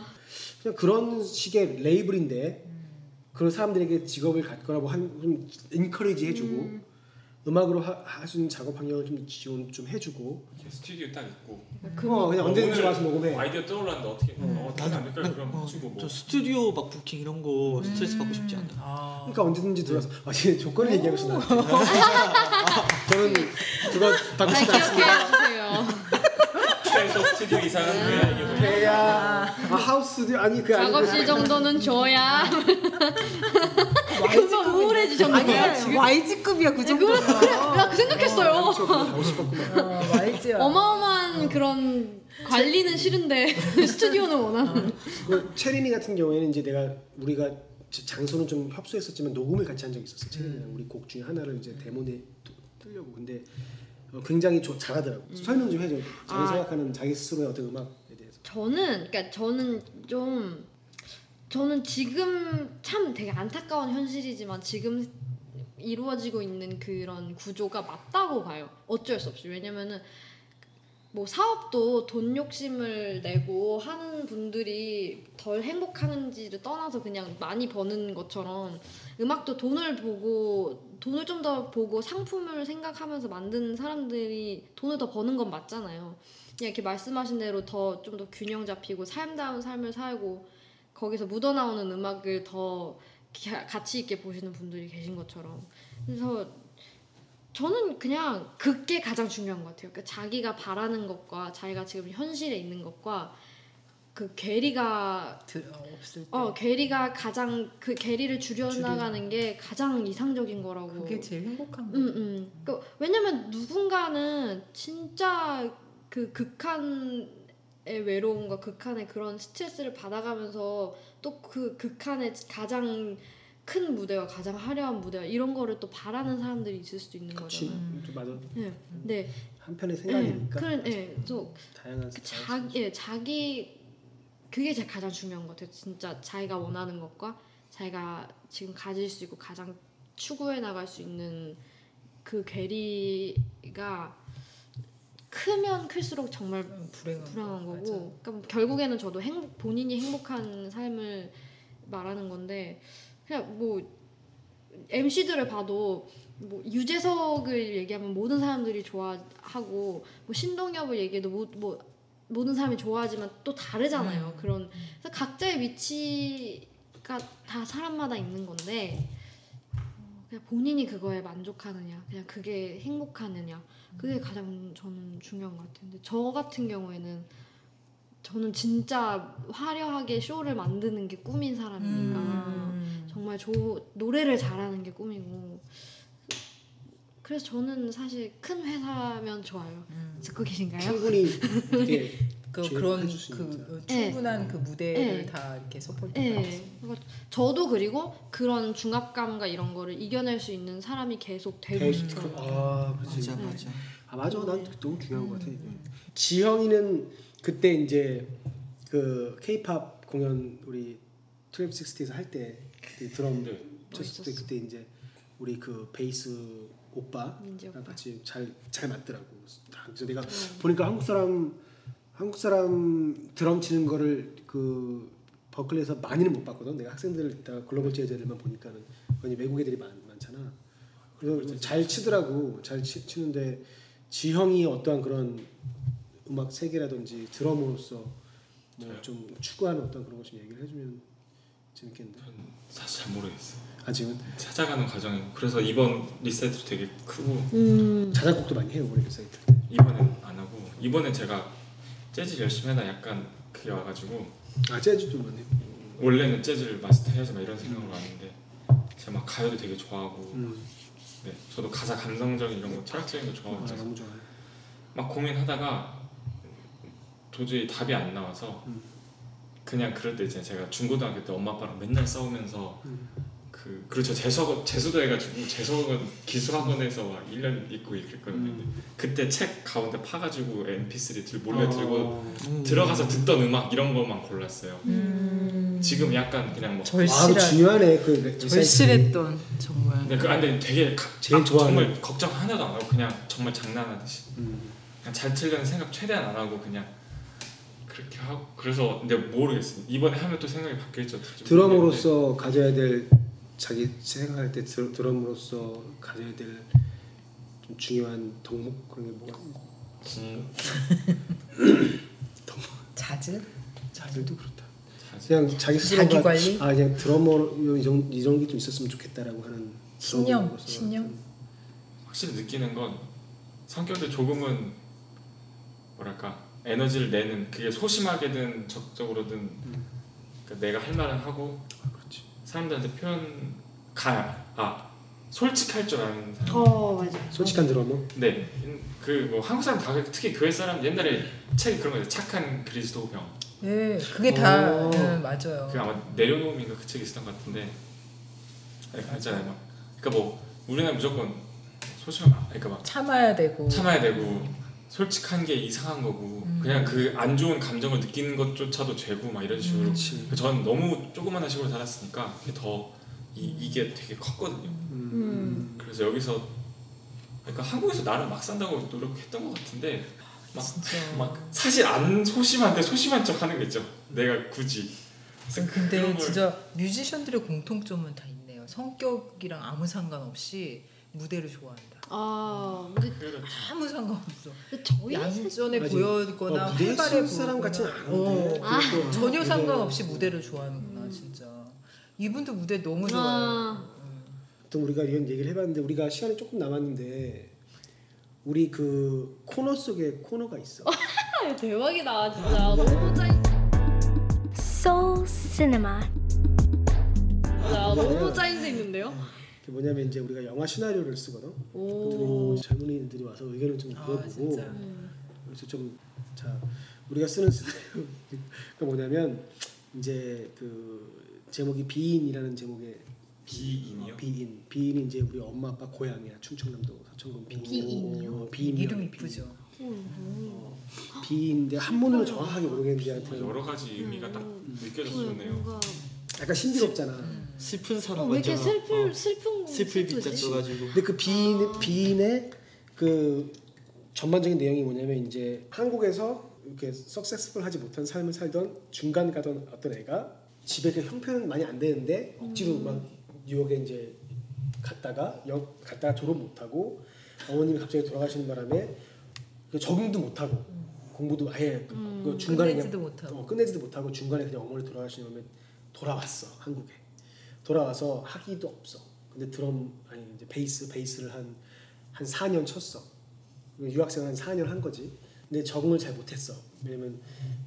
Speaker 4: 그냥 그런 식의 레이블인데 그런 사람들에게 직업을 갖거나 뭐한좀 인커리지 해주고 음. 악으로 할 수 있는 작업 환경을 좀 지원 좀 해주고
Speaker 5: 이렇게 스튜디오 딱 있고
Speaker 4: 어, 그냥 언제든지
Speaker 5: 아, 오늘
Speaker 4: 와서 녹음해
Speaker 5: 아이디어 떠올랐는데 어떻게 어, 다른 안 될까요? 그럼
Speaker 6: 네. 어,
Speaker 5: 해주고
Speaker 6: 저
Speaker 5: 뭐
Speaker 6: 스튜디오 막 부킹 이런 거 스트레스 받고 싶지 않아요.
Speaker 4: 그러니까 언제든지 들어와서 아 지금 조건을 얘기하고 있어 나 저는 그거 받고 싶지
Speaker 1: 기억해
Speaker 4: 않습니다
Speaker 1: 주세요.
Speaker 5: 최소 스튜디오 이상은 그래야 이게 뭐야.
Speaker 4: 대야 아, 하우스 아니 그 아니고
Speaker 1: 작업실 정도는 줘야.
Speaker 2: YG급이네.
Speaker 1: 금방 우울해지셨나 봐요.
Speaker 2: 아니야
Speaker 1: 지금.
Speaker 2: YG급이야 그 정도.
Speaker 1: 그래, 그래, 나그 생각했어요.
Speaker 4: 가고 싶었구만
Speaker 2: 어, YG야.
Speaker 1: 어마어마한 그런 관리는 싫은데 스튜디오는 원하는.
Speaker 4: 그 체린이 같은 경우에는 이제 내가 우리가 자- 장소는 좀 협소했었지만 녹음을 같이 한 적이 있었어. 체린이랑 우리 곡 중에 하나를 이제 데모에 뜨려고 근데 어, 굉장히 조, 잘하더라고. 설명 좀 해줘. 자기
Speaker 1: 아.
Speaker 4: 생각하는 자기 스스로의 어떤 음악에 대해서.
Speaker 1: 저는 그러니까 저는 좀 저는 지금 참 되게 안타까운 현실이지만 지금 이루어지고 있는 그런 구조가 맞다고 봐요. 어쩔 수 없이 왜냐면은 뭐 사업도 돈 욕심을 내고 하는 분들이 덜 행복한지를 떠나서 그냥 많이 버는 것처럼 음악도 돈을 보고 돈을 좀 더 보고 상품을 생각하면서 만드는 사람들이 돈을 더 버는 건 맞잖아요. 그냥 이렇게 말씀하신 대로 더 좀 더 균형 잡히고 삶다운 삶을 살고 거기서 묻어나오는 음악을 더 가- 가치 있게 보시는 분들이 계신 것처럼 그래서 저는 그냥 그게 가장 중요한 것 같아요. 그러니까 자기가 바라는 것과 자기가 지금 현실에 있는 것과 그 괴리가
Speaker 2: 드- 어, 없을 때.
Speaker 1: 어 괴리가 가장 그 괴리를 줄여나가는 게 가장 이상적인 거라고.
Speaker 2: 그게 제일 행복한 거.
Speaker 1: 음, 음. 그 왜냐면 누군가는 진짜 그 극한의 외로움과 극한의 그런 스트레스를 받아가면서 또 그 극한의 가장 큰 무대와 가장 화려한 무대와 이런 거를 또 바라는 사람들이 있을 수도 있는
Speaker 4: 그렇지.
Speaker 1: 거잖아요.
Speaker 4: 좀 맞아.
Speaker 1: 네, 네,
Speaker 4: 한편의
Speaker 1: 네,
Speaker 4: 생각이니까
Speaker 1: 그런, 네, 또
Speaker 4: 다양한
Speaker 1: 그
Speaker 4: 스타일.
Speaker 1: 자기 예, 자기 그게 제일 가장 중요한 것 같아요. 진짜 자기가 원하는 것과 자기가 지금 가질 수 있고 가장 추구해 나갈 수 있는 그 괴리가 크면 클수록 정말
Speaker 2: 음, 불행한,
Speaker 1: 불안한
Speaker 2: 거,
Speaker 1: 거고 그러니까 결국에는 저도 행복, 본인이 행복한 삶을 말하는 건데 그냥 뭐 MC들을 봐도 뭐 유재석을 얘기하면 모든 사람들이 좋아하고 뭐 신동엽을 얘기해도 뭐, 뭐 모든 사람이 좋아하지만 또 다르잖아요 그런 그래서 각자의 위치가 다 사람마다 있는 건데 어, 그냥 본인이 그거에 만족하느냐 그냥 그게 행복하느냐 그게 가장 저는 중요한 것 같아요. 근데 저 같은 경우에는 저는 진짜 화려하게 쇼를 만드는 게 꿈인 사람이니까
Speaker 2: 음.
Speaker 1: 정말 조, 노래를 잘하는 게 꿈이고 그래서 저는 사실 큰 회사면 좋아요.
Speaker 2: 음.
Speaker 1: 듣고 계신가요?
Speaker 4: 충분히 이게
Speaker 2: 그
Speaker 4: 제일
Speaker 2: 그런
Speaker 4: 해줄 수
Speaker 2: 그
Speaker 4: 있는
Speaker 2: 어, 충분한 그 무대를
Speaker 1: 네.
Speaker 2: 다 이렇게 서포트.
Speaker 1: 네. 그러니까 저도 그리고 그런 중압감과 이런 거를 이겨낼 수 있는 사람이 계속 되고
Speaker 4: 계속
Speaker 1: 싶어요.
Speaker 4: 그- 아 그렇지.
Speaker 6: 맞아 맞아.
Speaker 4: 아 맞아 난 너무 중요한 것 같아 이거.
Speaker 1: 음.
Speaker 4: 지형이는 그때 이제 그 케이팝 공연 우리 트랩 식스티에서 할 때 드럼
Speaker 5: 네.
Speaker 4: 쳤을 때 그때 이제 우리 그 베이스 오빠랑
Speaker 1: 민지 오빠.
Speaker 4: 같이 잘 잘 맞더라고 그래서 내가 보니까 한국 사람 한국 사람 드럼 치는 거를 그 버클리에서 많이는 못 봤거든 내가 학생들 있다가 글로벌 재즈들만 보니까는 거의 외국 애들이 많, 많잖아 그래서 잘 치더라고 잘 치, 치는데 지형이 어떠한 그런 음악 세계라든지 드럼으로서
Speaker 5: 저요?
Speaker 4: 뭐 좀 추구하는 어떤 그런 거 좀 얘기를 해주면 재밌겠는데
Speaker 5: 저는 사실 잘 모르겠어요.
Speaker 4: 아직은
Speaker 5: 찾아가는 과정이고 그래서 이번 리셋도 되게 크고
Speaker 1: 음.
Speaker 4: 자작곡도 많이 해요 우리 사이트
Speaker 5: 이번엔 안 하고 이번엔 제가 재즈 열심히 하다 약간 그게 와가지고
Speaker 4: 아 재즈도 많이 해요
Speaker 5: 원래는 재즈를 마스터해야지 막 이런 생각으로 왔는데 제가 막 가요도 되게 좋아하고
Speaker 4: 음.
Speaker 5: 네, 저도 가사 감성적인 이런 거 철학적인 거 좋아하고
Speaker 4: 아,
Speaker 5: 그래서
Speaker 4: 너무 좋아요
Speaker 5: 막 고민하다가 도저히 답이 안 나와서
Speaker 4: 음.
Speaker 5: 그냥 그럴 때 이제 제가 중고등학교 때 엄마 아빠랑 맨날 싸우면서
Speaker 4: 음.
Speaker 5: 그 그 그렇죠 재석 재수도 해가지고 재석은 기술학원에서 막 1년 있고
Speaker 4: 음.
Speaker 5: 이랬거든요. 근데 그때 책 가운데 파가지고 MP3 들
Speaker 4: 아.
Speaker 5: 몰래 들고
Speaker 6: 음,
Speaker 5: 들어가서 듣던 음악 이런 것만 골랐어요.
Speaker 4: 음.
Speaker 5: 지금 약간 그냥 뭐
Speaker 4: 아,
Speaker 2: 음. 절실한
Speaker 4: 중요하네 그 웹사이트. 네.
Speaker 2: 절실했던 정말.
Speaker 5: 근데 그 안에 되게 가,
Speaker 4: 제일
Speaker 5: 아,
Speaker 4: 좋아하는 음.
Speaker 5: 정말 걱정 하나도 안 하고 그냥 정말 장난하듯이 그냥 잘 틀려는 생각 최대한 안 하고 그냥 그렇게 하고 그래서 근데 모르겠어요. 이번에 하면 또 생각이 바뀔지 어떨지 모르겠는데.
Speaker 4: 드럼으로서 가져야 될 자기 생각할 때 드- 드럼으로서 가져야 될 좀 중요한 덕목 그런 게 뭐가 있나?
Speaker 5: 음,
Speaker 2: 자질?
Speaker 4: 자질도 그렇다.
Speaker 5: 자세-
Speaker 4: 그냥 자기 스스로가
Speaker 2: 자기 관리?
Speaker 4: 아 그냥 드러머 이런 이런 게 좀 있었으면 좋겠다라고 하는
Speaker 2: 신념,
Speaker 4: 드러머로서
Speaker 2: 신념?
Speaker 4: 좀
Speaker 5: 확실히 느끼는 건 성격이 조금은 뭐랄까 에너지를 내는 그게 소심하게든 적극적으로든
Speaker 4: 음.
Speaker 5: 그러니까 내가 할 말은 하고 사람들한테 표현 가아 솔직할 줄 아는 사람
Speaker 1: 어 맞아.
Speaker 4: 솔직한 드러머.
Speaker 5: 네, 그 뭐 한국 사람 다 그래. 특히 교회 사람 옛날에 책 그런 거있 착한 그리스도 병.
Speaker 2: 예, 그게 다
Speaker 4: 오.
Speaker 2: 예, 맞아요.
Speaker 5: 그 아마 내려놓음인가 그 책이 있었던 것 같은데. 네, 알잖아요, 막. 그러니까 뭐 우리는 무조건 소심한, 그러니까 막
Speaker 2: 참아야 되고.
Speaker 5: 참아야 되고 솔직한 게 이상한 거고 그냥 그 안 좋은 감정을 느끼는 것조차도 죄고 막 이런 식으로.
Speaker 4: 음.
Speaker 5: 그 저는 너무 조그만한 식으로 살았으니까 그게 더 이, 이게 되게 컸거든요.
Speaker 1: 음.
Speaker 5: 그래서 여기서 그러니까 한국에서 나를 막 산다고 노력했던 것 같은데 막, 막 사실 안 소심한데 소심한 척 하는 거 있죠 내가 굳이
Speaker 2: 음, 근데
Speaker 5: 그런 걸-
Speaker 2: 진짜 뮤지션들의 공통점은 다 있네요. 성격이랑 아무 상관없이 무대를 좋아한다.
Speaker 1: 아 근데
Speaker 5: 그래서
Speaker 2: 아무 상관없어.
Speaker 1: 근데 저희
Speaker 2: 양전에
Speaker 4: 맞아.
Speaker 2: 보였거나
Speaker 4: 어, 무대에
Speaker 2: 활발해
Speaker 4: 쓴
Speaker 2: 보였거나.
Speaker 4: 사람 같진 않은데.
Speaker 2: 어,
Speaker 1: 아.
Speaker 4: 그것도
Speaker 2: 전혀
Speaker 4: 되게-
Speaker 2: 상관없이 무대를 좋아하는구나 진짜. 이분도 무대 너무 좋아해요.
Speaker 4: 또 우리가 이런 얘기를 해봤는데 우리가 시간이 조금 남았는데 우리 그 코너 속에 코너가 있어.
Speaker 1: 아, 대박이다 진짜 너무 짜
Speaker 8: Soul Cinema.
Speaker 1: 나 너무 짜인새 있는데요.
Speaker 4: 그 뭐냐면 이제 우리가 영화 시나리오를 쓰거든.
Speaker 1: 오.
Speaker 4: 그리고 젊은이들이 와서 의견을 좀
Speaker 2: 아,
Speaker 4: 물어보고
Speaker 2: 진짜.
Speaker 4: 그래서 좀 자 우리가 쓰는 시나리오가 뭐냐면 이제 그 제목이 비인이라는 제목의 어,
Speaker 5: 비인이요?
Speaker 4: 비인 비인이 이제 우리 엄마 아빠 고향이야 충청남도 서천군 비인
Speaker 1: 비인이요?
Speaker 4: 어, 비인
Speaker 2: 이름 이쁘죠.
Speaker 1: 어,
Speaker 4: 비인인데 한문으로 정확하게 모르겠는데
Speaker 5: 뭐
Speaker 4: 하여튼
Speaker 5: 여러 가지 의미가 딱
Speaker 2: 음,
Speaker 5: 느껴져서 좋네요
Speaker 1: 뭔가
Speaker 4: 약간 신비롭잖아
Speaker 6: 슬픈 사람
Speaker 1: 어, 왜 이렇게
Speaker 6: 같잖아.
Speaker 1: 슬플
Speaker 6: 어.
Speaker 1: 슬픈
Speaker 6: 슬플
Speaker 1: 슬프지?
Speaker 6: 빗자 써가지고
Speaker 4: 근데 그 비인 비인의 그 전반적인 내용이 뭐냐면 이제 한국에서 이렇게 석세스풀 하지 못한 삶을 살던 중간 가던 어떤 애가 집에 그 형편은 많이 안 되는데 억지로 막 뉴욕에 이제 갔다가 여, 갔다가 졸업 못하고 어머님이 갑자기 돌아가시는 바람에 그 적응도 못하고 공부도 아예 그- 그 중간에 그냥
Speaker 2: 끝내지도 못하고.
Speaker 4: 어, 끝내지도 못하고 중간에 그냥 어머니 돌아가시는 바람에 돌아왔어 한국에 돌아와서 학위도 없어 근데 드럼 아니 이제 베이스 베이스를 한 한 4년 쳤어 유학생 한 4년 한 거지 근데 적응을 잘 못했어 왜냐면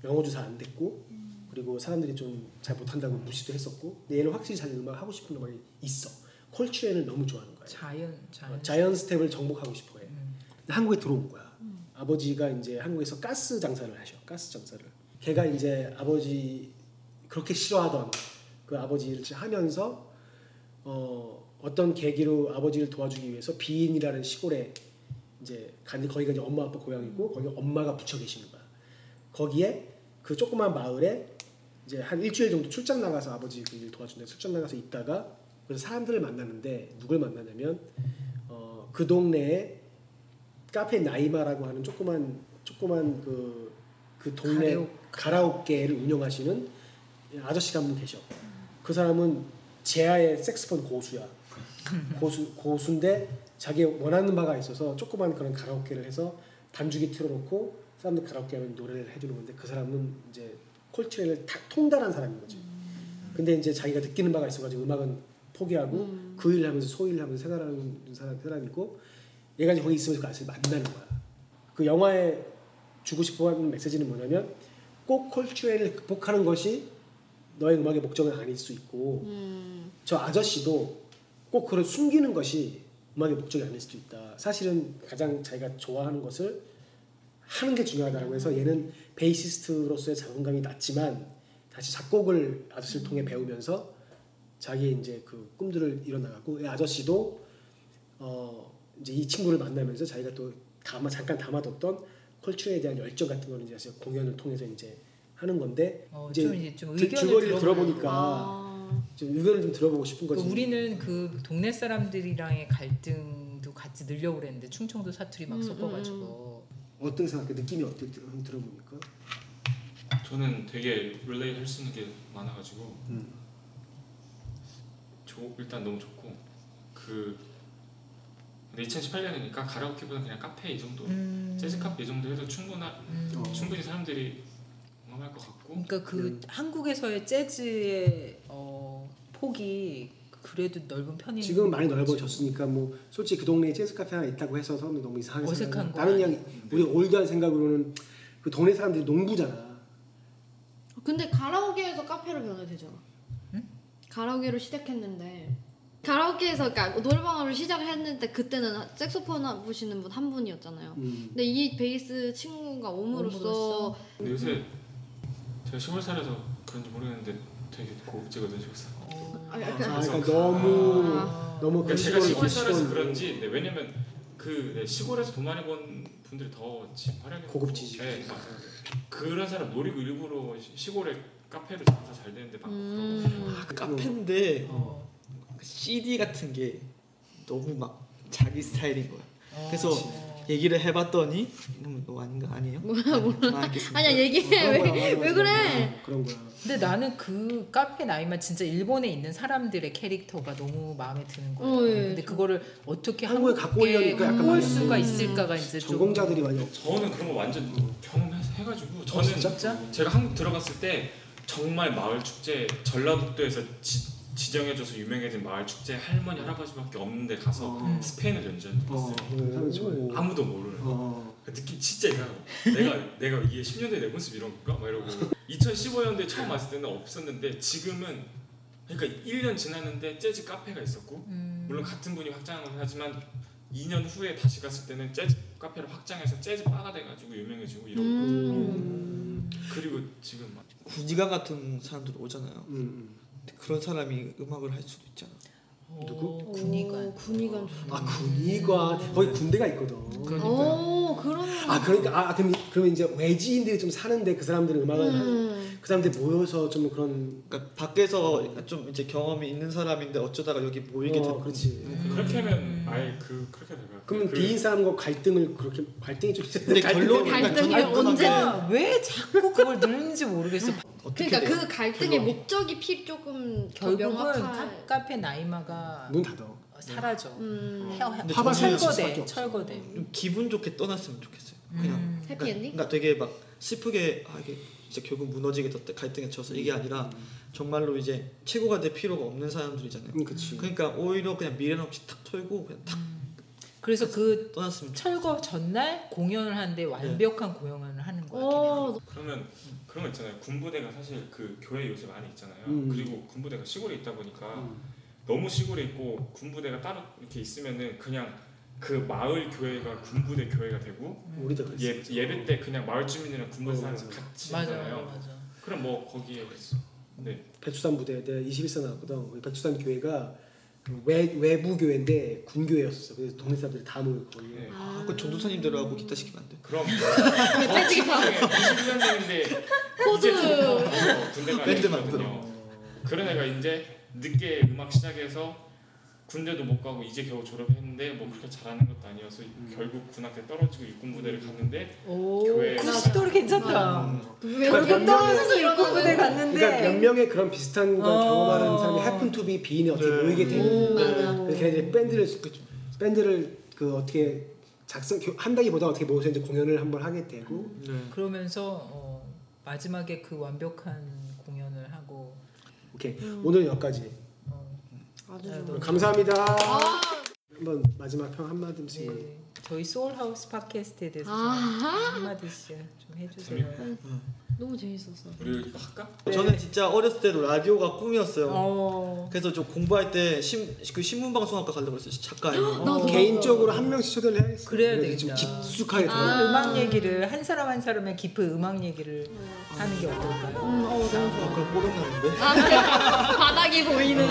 Speaker 4: 영어도 잘 안 됐고 그리고 사람들이 좀 잘 못한다고 무시도 했었고 근데 얘는 확실히 자기 음악 하고 싶은 음악이 있어 컬츄렌을 너무 좋아하는 거야
Speaker 2: 자연 자연.
Speaker 4: 어, 자연 스텝을 정복하고 싶어 해. 근데 한국에 들어온 거야. 아버지가 이제 한국에서 가스 장사를 하셔. 가스 장사를. 걔가 이제 아버지 그렇게 싫어하던 그 아버지를 하면서 어, 어떤 계기로 아버지를 도와주기 위해서 비인이라는 시골에 이제 간 거기가 이제 엄마 아빠 고향이고 거기 엄마가 붙여 계시는 거야. 거기에 그 조그만 마을에 이제 한 일주일 정도 출장 나가서 아버지 그 일 도와준다. 출장 나가서 있다가 그래서 사람들을 만나는데 누굴 만나냐면 어, 그 동네에 카페 나이마라고 하는 조그만 조그만 그, 그 동네
Speaker 2: 가라오-
Speaker 4: 가라오케를 운영하시는 아저씨가 한 분 계셔. 그 사람은 제아의 색스폰 고수야. 고수 고수인데 자기 원하는 바가 있어서 조그만 그런 가라오케를 해서 반주기 틀어놓고 사람들 가라오케 하면 노래를 해주는 건데 그 사람은 이제 콜트레인을 다 통달한 사람인 거지. 근데 이제 자기가 느끼는 바가 있어가지고 음악은 포기하고 그 일을 하면서 소일을 하면서 생활하는 사람 사람이고 네 얘가 이제 거기 있으면서 같이 만나는 거야. 그 영화에 주고 싶어하는 메시지는 뭐냐면 꼭 콜트레인을 극복하는 것이 너의 음악의 목적은 아닐 수 있고
Speaker 1: 음.
Speaker 4: 저 아저씨도 꼭 그런 숨기는 것이 음악의 목적이 아닐 수도 있다. 사실은 가장 자기가 좋아하는 것을 하는 게 중요하다라고 해서 얘는 베이시스트로서의 자존감이 낮지만 다시 작곡을 아저씨를 통해 배우면서 자기의 이제 그 꿈들을 이뤄나가고 이 아저씨도 어 이제 이 친구를 만나면서 자기가 또 담아 잠깐 담아뒀던 컬처에 대한 열정 같은 거는 이제 사실 공연을 통해서 이제 하는 건데
Speaker 2: 어,
Speaker 4: 이제
Speaker 2: 좀 이제 좀
Speaker 4: 들-
Speaker 2: 의견을
Speaker 4: 줄거리를
Speaker 2: 들어보려고.
Speaker 4: 들어보니까
Speaker 1: 아.
Speaker 4: 좀 의견을 좀 들어보고 싶은 거지.
Speaker 2: 그러니까 우리는 그 동네 사람들이랑의 갈등도 같이 늘려고 그랬는데 충청도 사투리 막
Speaker 4: 음,
Speaker 2: 섞어가지고
Speaker 4: 어떤 생각해? 느낌이 어때? 한번 들어보니까.
Speaker 5: 저는 되게 릴레이 할 수 있는 게 많아가지고 좋- 일단 너무 좋고 그 근데 2018년이니까 가라오케보다 그냥 카페 이 정도
Speaker 2: 음.
Speaker 5: 재즈 카페 이 정도 해도 충분하
Speaker 4: 어.
Speaker 5: 충분히 사람들이 공감할 것 같고
Speaker 2: 그러니까 그 한국에서의 재즈의 어, 폭이 그래도 넓은 편인
Speaker 4: 지금 많이 넓어졌으니까 뭐 솔직히 그 동네에 재즈 카페 하나 있다고 해서 서로 너무 이상하게
Speaker 2: 어색한
Speaker 4: 생각하고
Speaker 2: 거 네.
Speaker 4: 다른
Speaker 2: 아니야?
Speaker 4: 양이 우리 올드한 생각으로는 그 동네 사람들이 농부잖아.
Speaker 1: 근데 가라오케에서 카페로 변화되잖아. 가라오케로 시작했는데 가라오케에서 그러니까 노래방으로 시작했는데 그때는 색소폰 하- 부시는 분 한 분이었잖아요.
Speaker 5: 음.
Speaker 1: 근데 이 베이스 친구가 옴으로써
Speaker 5: 근데 요새 제가 시골 살아서 그런지 모르겠는데 되게 고급지거든요 시골 살.
Speaker 2: 어.
Speaker 1: 아, 약간-
Speaker 5: 그래서
Speaker 1: 아, 그러니까
Speaker 5: 가-
Speaker 4: 너무-
Speaker 5: 아.
Speaker 4: 너무
Speaker 5: 그러니까
Speaker 4: 그
Speaker 5: 제가
Speaker 4: 시골-
Speaker 5: 시골 살아서
Speaker 4: 시골-
Speaker 5: 그런지 네, 왜냐면 그 네, 시골에서 돈 많이 번 분들이 더 지금 활약이
Speaker 4: 고급지지.
Speaker 5: 네, 막 그런 사람 노리고 일부러 시- 시골에 카페로 장사 잘 되는데 막
Speaker 1: 음.
Speaker 6: 아, 그 카페인데
Speaker 2: 어.
Speaker 6: CD 그 같은 게 너무 막 자기 스타일인 거야. 그래서
Speaker 2: 어.
Speaker 6: 얘기를 해봤더니 음, 너 아닌가 아니에요?
Speaker 1: 아니야 얘기해 왜, 왜 그래?
Speaker 4: 그런 거야.
Speaker 2: 근데 나는 그 카페 나이만 진짜 일본에 있는 사람들의 캐릭터가 너무 마음에 드는 거야.
Speaker 4: 어, 예,
Speaker 2: 근데 그거를 어떻게
Speaker 4: 한국에
Speaker 2: 한국에
Speaker 4: 갖고 오려니까 약간
Speaker 2: 갖고 올
Speaker 4: 많이
Speaker 2: 수가
Speaker 4: 음.
Speaker 2: 있을까가 이제 좀
Speaker 4: 전공자들이 많이 없.
Speaker 5: 저는 그런 거 완전 경험해가지고 저는
Speaker 4: 진짜?
Speaker 5: 제가 한국 들어갔을 때 정말 마을 축제 전라북도에서 지, 지정해줘서 유명해진 마을 축제 할머니 할아버지밖에 없는데 가서 스페인을 연주하는 거 어. 봤어요. 아무도 모르는 거.
Speaker 4: 어,
Speaker 5: 그 느낌 진짜 이상해. 내가 내가 이게 10년대 내 모습 이런 건가? 막 이러고 2015년도에 처음 왔을 때는 없었는데 지금은 그러니까 1년 지났는데 재즈 카페가 있었고
Speaker 2: 음.
Speaker 5: 물론 같은 분이 확장을 하지만 2년 후에 다시 갔을 때는 재즈 카페를 확장해서 재즈 바가 돼가지고 유명해지고 이런
Speaker 4: 음.
Speaker 5: 거. 그리고 지금 막
Speaker 6: 군의관 같은 사람들 오잖아요.
Speaker 4: 음.
Speaker 6: 근데 그런 사람이 음악을 할 수도 있잖아.
Speaker 2: 어,
Speaker 4: 누구?
Speaker 1: 어, 군의관. 군의관 좋다.
Speaker 2: 음.
Speaker 4: 아 군의관 거기 군대가 있거든.
Speaker 1: 아,
Speaker 2: 그렇죠.
Speaker 1: 오 그런.
Speaker 4: 아 그러니까 아 그럼 그러면 이제 외지인들이 좀 사는데 그 사람들은 음악을 하는 그 사람들 이 모여서 좀 그런
Speaker 6: 그러니까 밖에서 좀 이제 경험이 있는 사람인데 어쩌다가 여기 모이게
Speaker 4: 어,
Speaker 6: 되는
Speaker 4: 그렇지.
Speaker 5: 그렇게 하면 아예 그 그렇게 돼요.
Speaker 4: 그러면 비인 사람과 갈등을 그렇게 갈등이 좀
Speaker 6: 근데 결론이
Speaker 1: 갈등이 언제?
Speaker 2: 왜 자꾸 그걸 늘는지 모르겠어.
Speaker 1: 그러니까 그 갈등의 목적이 피 조금 더
Speaker 2: 결국은 카-
Speaker 1: 명확한.
Speaker 2: 카페 나이마가
Speaker 4: 문 닫아.
Speaker 2: 사라져.
Speaker 1: 음.
Speaker 2: 헤어-
Speaker 6: 근데
Speaker 2: 헤어-
Speaker 6: 저는
Speaker 4: 수밖에
Speaker 2: 철거돼.
Speaker 4: 뭐? 없어. 음.
Speaker 2: 철거돼.
Speaker 6: 좀 기분 좋게 떠났으면 좋겠어요.
Speaker 2: 음.
Speaker 6: 그냥
Speaker 1: 음. 해피엔딩?
Speaker 6: 그러니까 되게 막 슬프게 아 이게 진짜 결국 무너지게 됐다 갈등에 쳐서 이게 아니라 정말로 이제 최고가 될 필요가 없는 사람들이잖아요.
Speaker 4: 음, 그치.
Speaker 6: 그러니까 오히려 그냥 미련 없이 탁 털고 그냥 탁
Speaker 2: 그래서 그
Speaker 6: 떠났으면
Speaker 2: 철거 전날 공연을 하는데 완벽한
Speaker 4: 네.
Speaker 2: 공연을 하는 거야.
Speaker 1: 어.
Speaker 2: 걔네가.
Speaker 5: 그러면 그런 거 있잖아요. 군부대가 사실 그 교회 요새 많이 있잖아요.
Speaker 2: 음.
Speaker 5: 그리고 군부대가 시골에 있다 보니까 너무 시골에 있고 군부대가 따로 이렇게 있으면은 그냥 그 마을 교회가 군부대 교회가 되고
Speaker 4: 우리도
Speaker 5: 예, 예배 때 그냥 마을 주민이랑 군부대 사람 같이
Speaker 2: 맞아,
Speaker 5: 있잖아요. 그럼 뭐 거기에 네.
Speaker 4: 백두산 부대에 내가 21세 나왔거든. 우리 백두산 교회가 그 외, 외부 교회인데 군교회였었어. 그래서 동네 사람들이 다 모여 거기.
Speaker 5: 네.
Speaker 6: 아, 그 전도사님들하고 기타 시키면 안 돼.
Speaker 5: 그럼 뭐
Speaker 1: 밴드 기타.
Speaker 5: 20년생인데
Speaker 1: 코드.
Speaker 5: 군대가
Speaker 6: 밴드
Speaker 5: 있거든요. 그런 애가 이제 늦게 음악 시작해서 군대도 못 가고 이제 겨우 졸업했는데 뭐 그렇게 잘하는 것도 아니어서 결국 군한테 떨어지고 육군 부대를 갔는데
Speaker 2: 오,
Speaker 5: 교회
Speaker 2: 그 스토리 괜찮다.
Speaker 1: 왜
Speaker 4: 그러니까
Speaker 1: 이렇게
Speaker 4: 몇
Speaker 1: 떨어져서
Speaker 2: 명이-
Speaker 1: 이러고
Speaker 2: 군부대 갔는데.
Speaker 4: 그러니까 몇 명의 그런 비슷한 걸
Speaker 2: 어. 음,
Speaker 4: 경험하는 사람이 해픈 투비 비인이 어떻게 모이게 되는. 그래서 걔네들이 밴드를 밴드를 그 어떻게 작성 교- 한다기보다 어떻게 모여서 이제 공연을 한번 하게 되고.
Speaker 5: 네.
Speaker 2: 그러면서 어, 마지막에 그 완벽한 공연을 하고
Speaker 4: 오케이
Speaker 2: 음.
Speaker 4: 오늘 여기까지.
Speaker 1: 아주
Speaker 2: 좋아. 네.
Speaker 4: 감사합니다. 한번 마지막 평 한마디씩.
Speaker 2: 저희 소울하우스 팟캐스트에 대해서 좀
Speaker 1: 아하.
Speaker 2: 한마디씩 좀 해주세요.
Speaker 1: 너무 재밌었어.
Speaker 5: 우리 이거 할까?
Speaker 6: 네. 저는 진짜 어렸을 때도 라디오가 꿈이었어요.
Speaker 2: 어.
Speaker 6: 그래서 저 공부할 때신그 신문 방송학과 가려고 했어요. 작가 아니고.
Speaker 4: 어, 개인적으로 한 명씩 초대를 해야겠어.
Speaker 2: 그래야
Speaker 4: 그래서
Speaker 2: 되겠다.
Speaker 4: 좀 깊숙하게 들어.
Speaker 2: 아, 음악 얘기를 한 사람 한 사람의 깊은 음악 얘기를 하는 게 어떨까요?
Speaker 6: 아, 그럼 꼬병 나는데.
Speaker 1: 바닥이 보이는.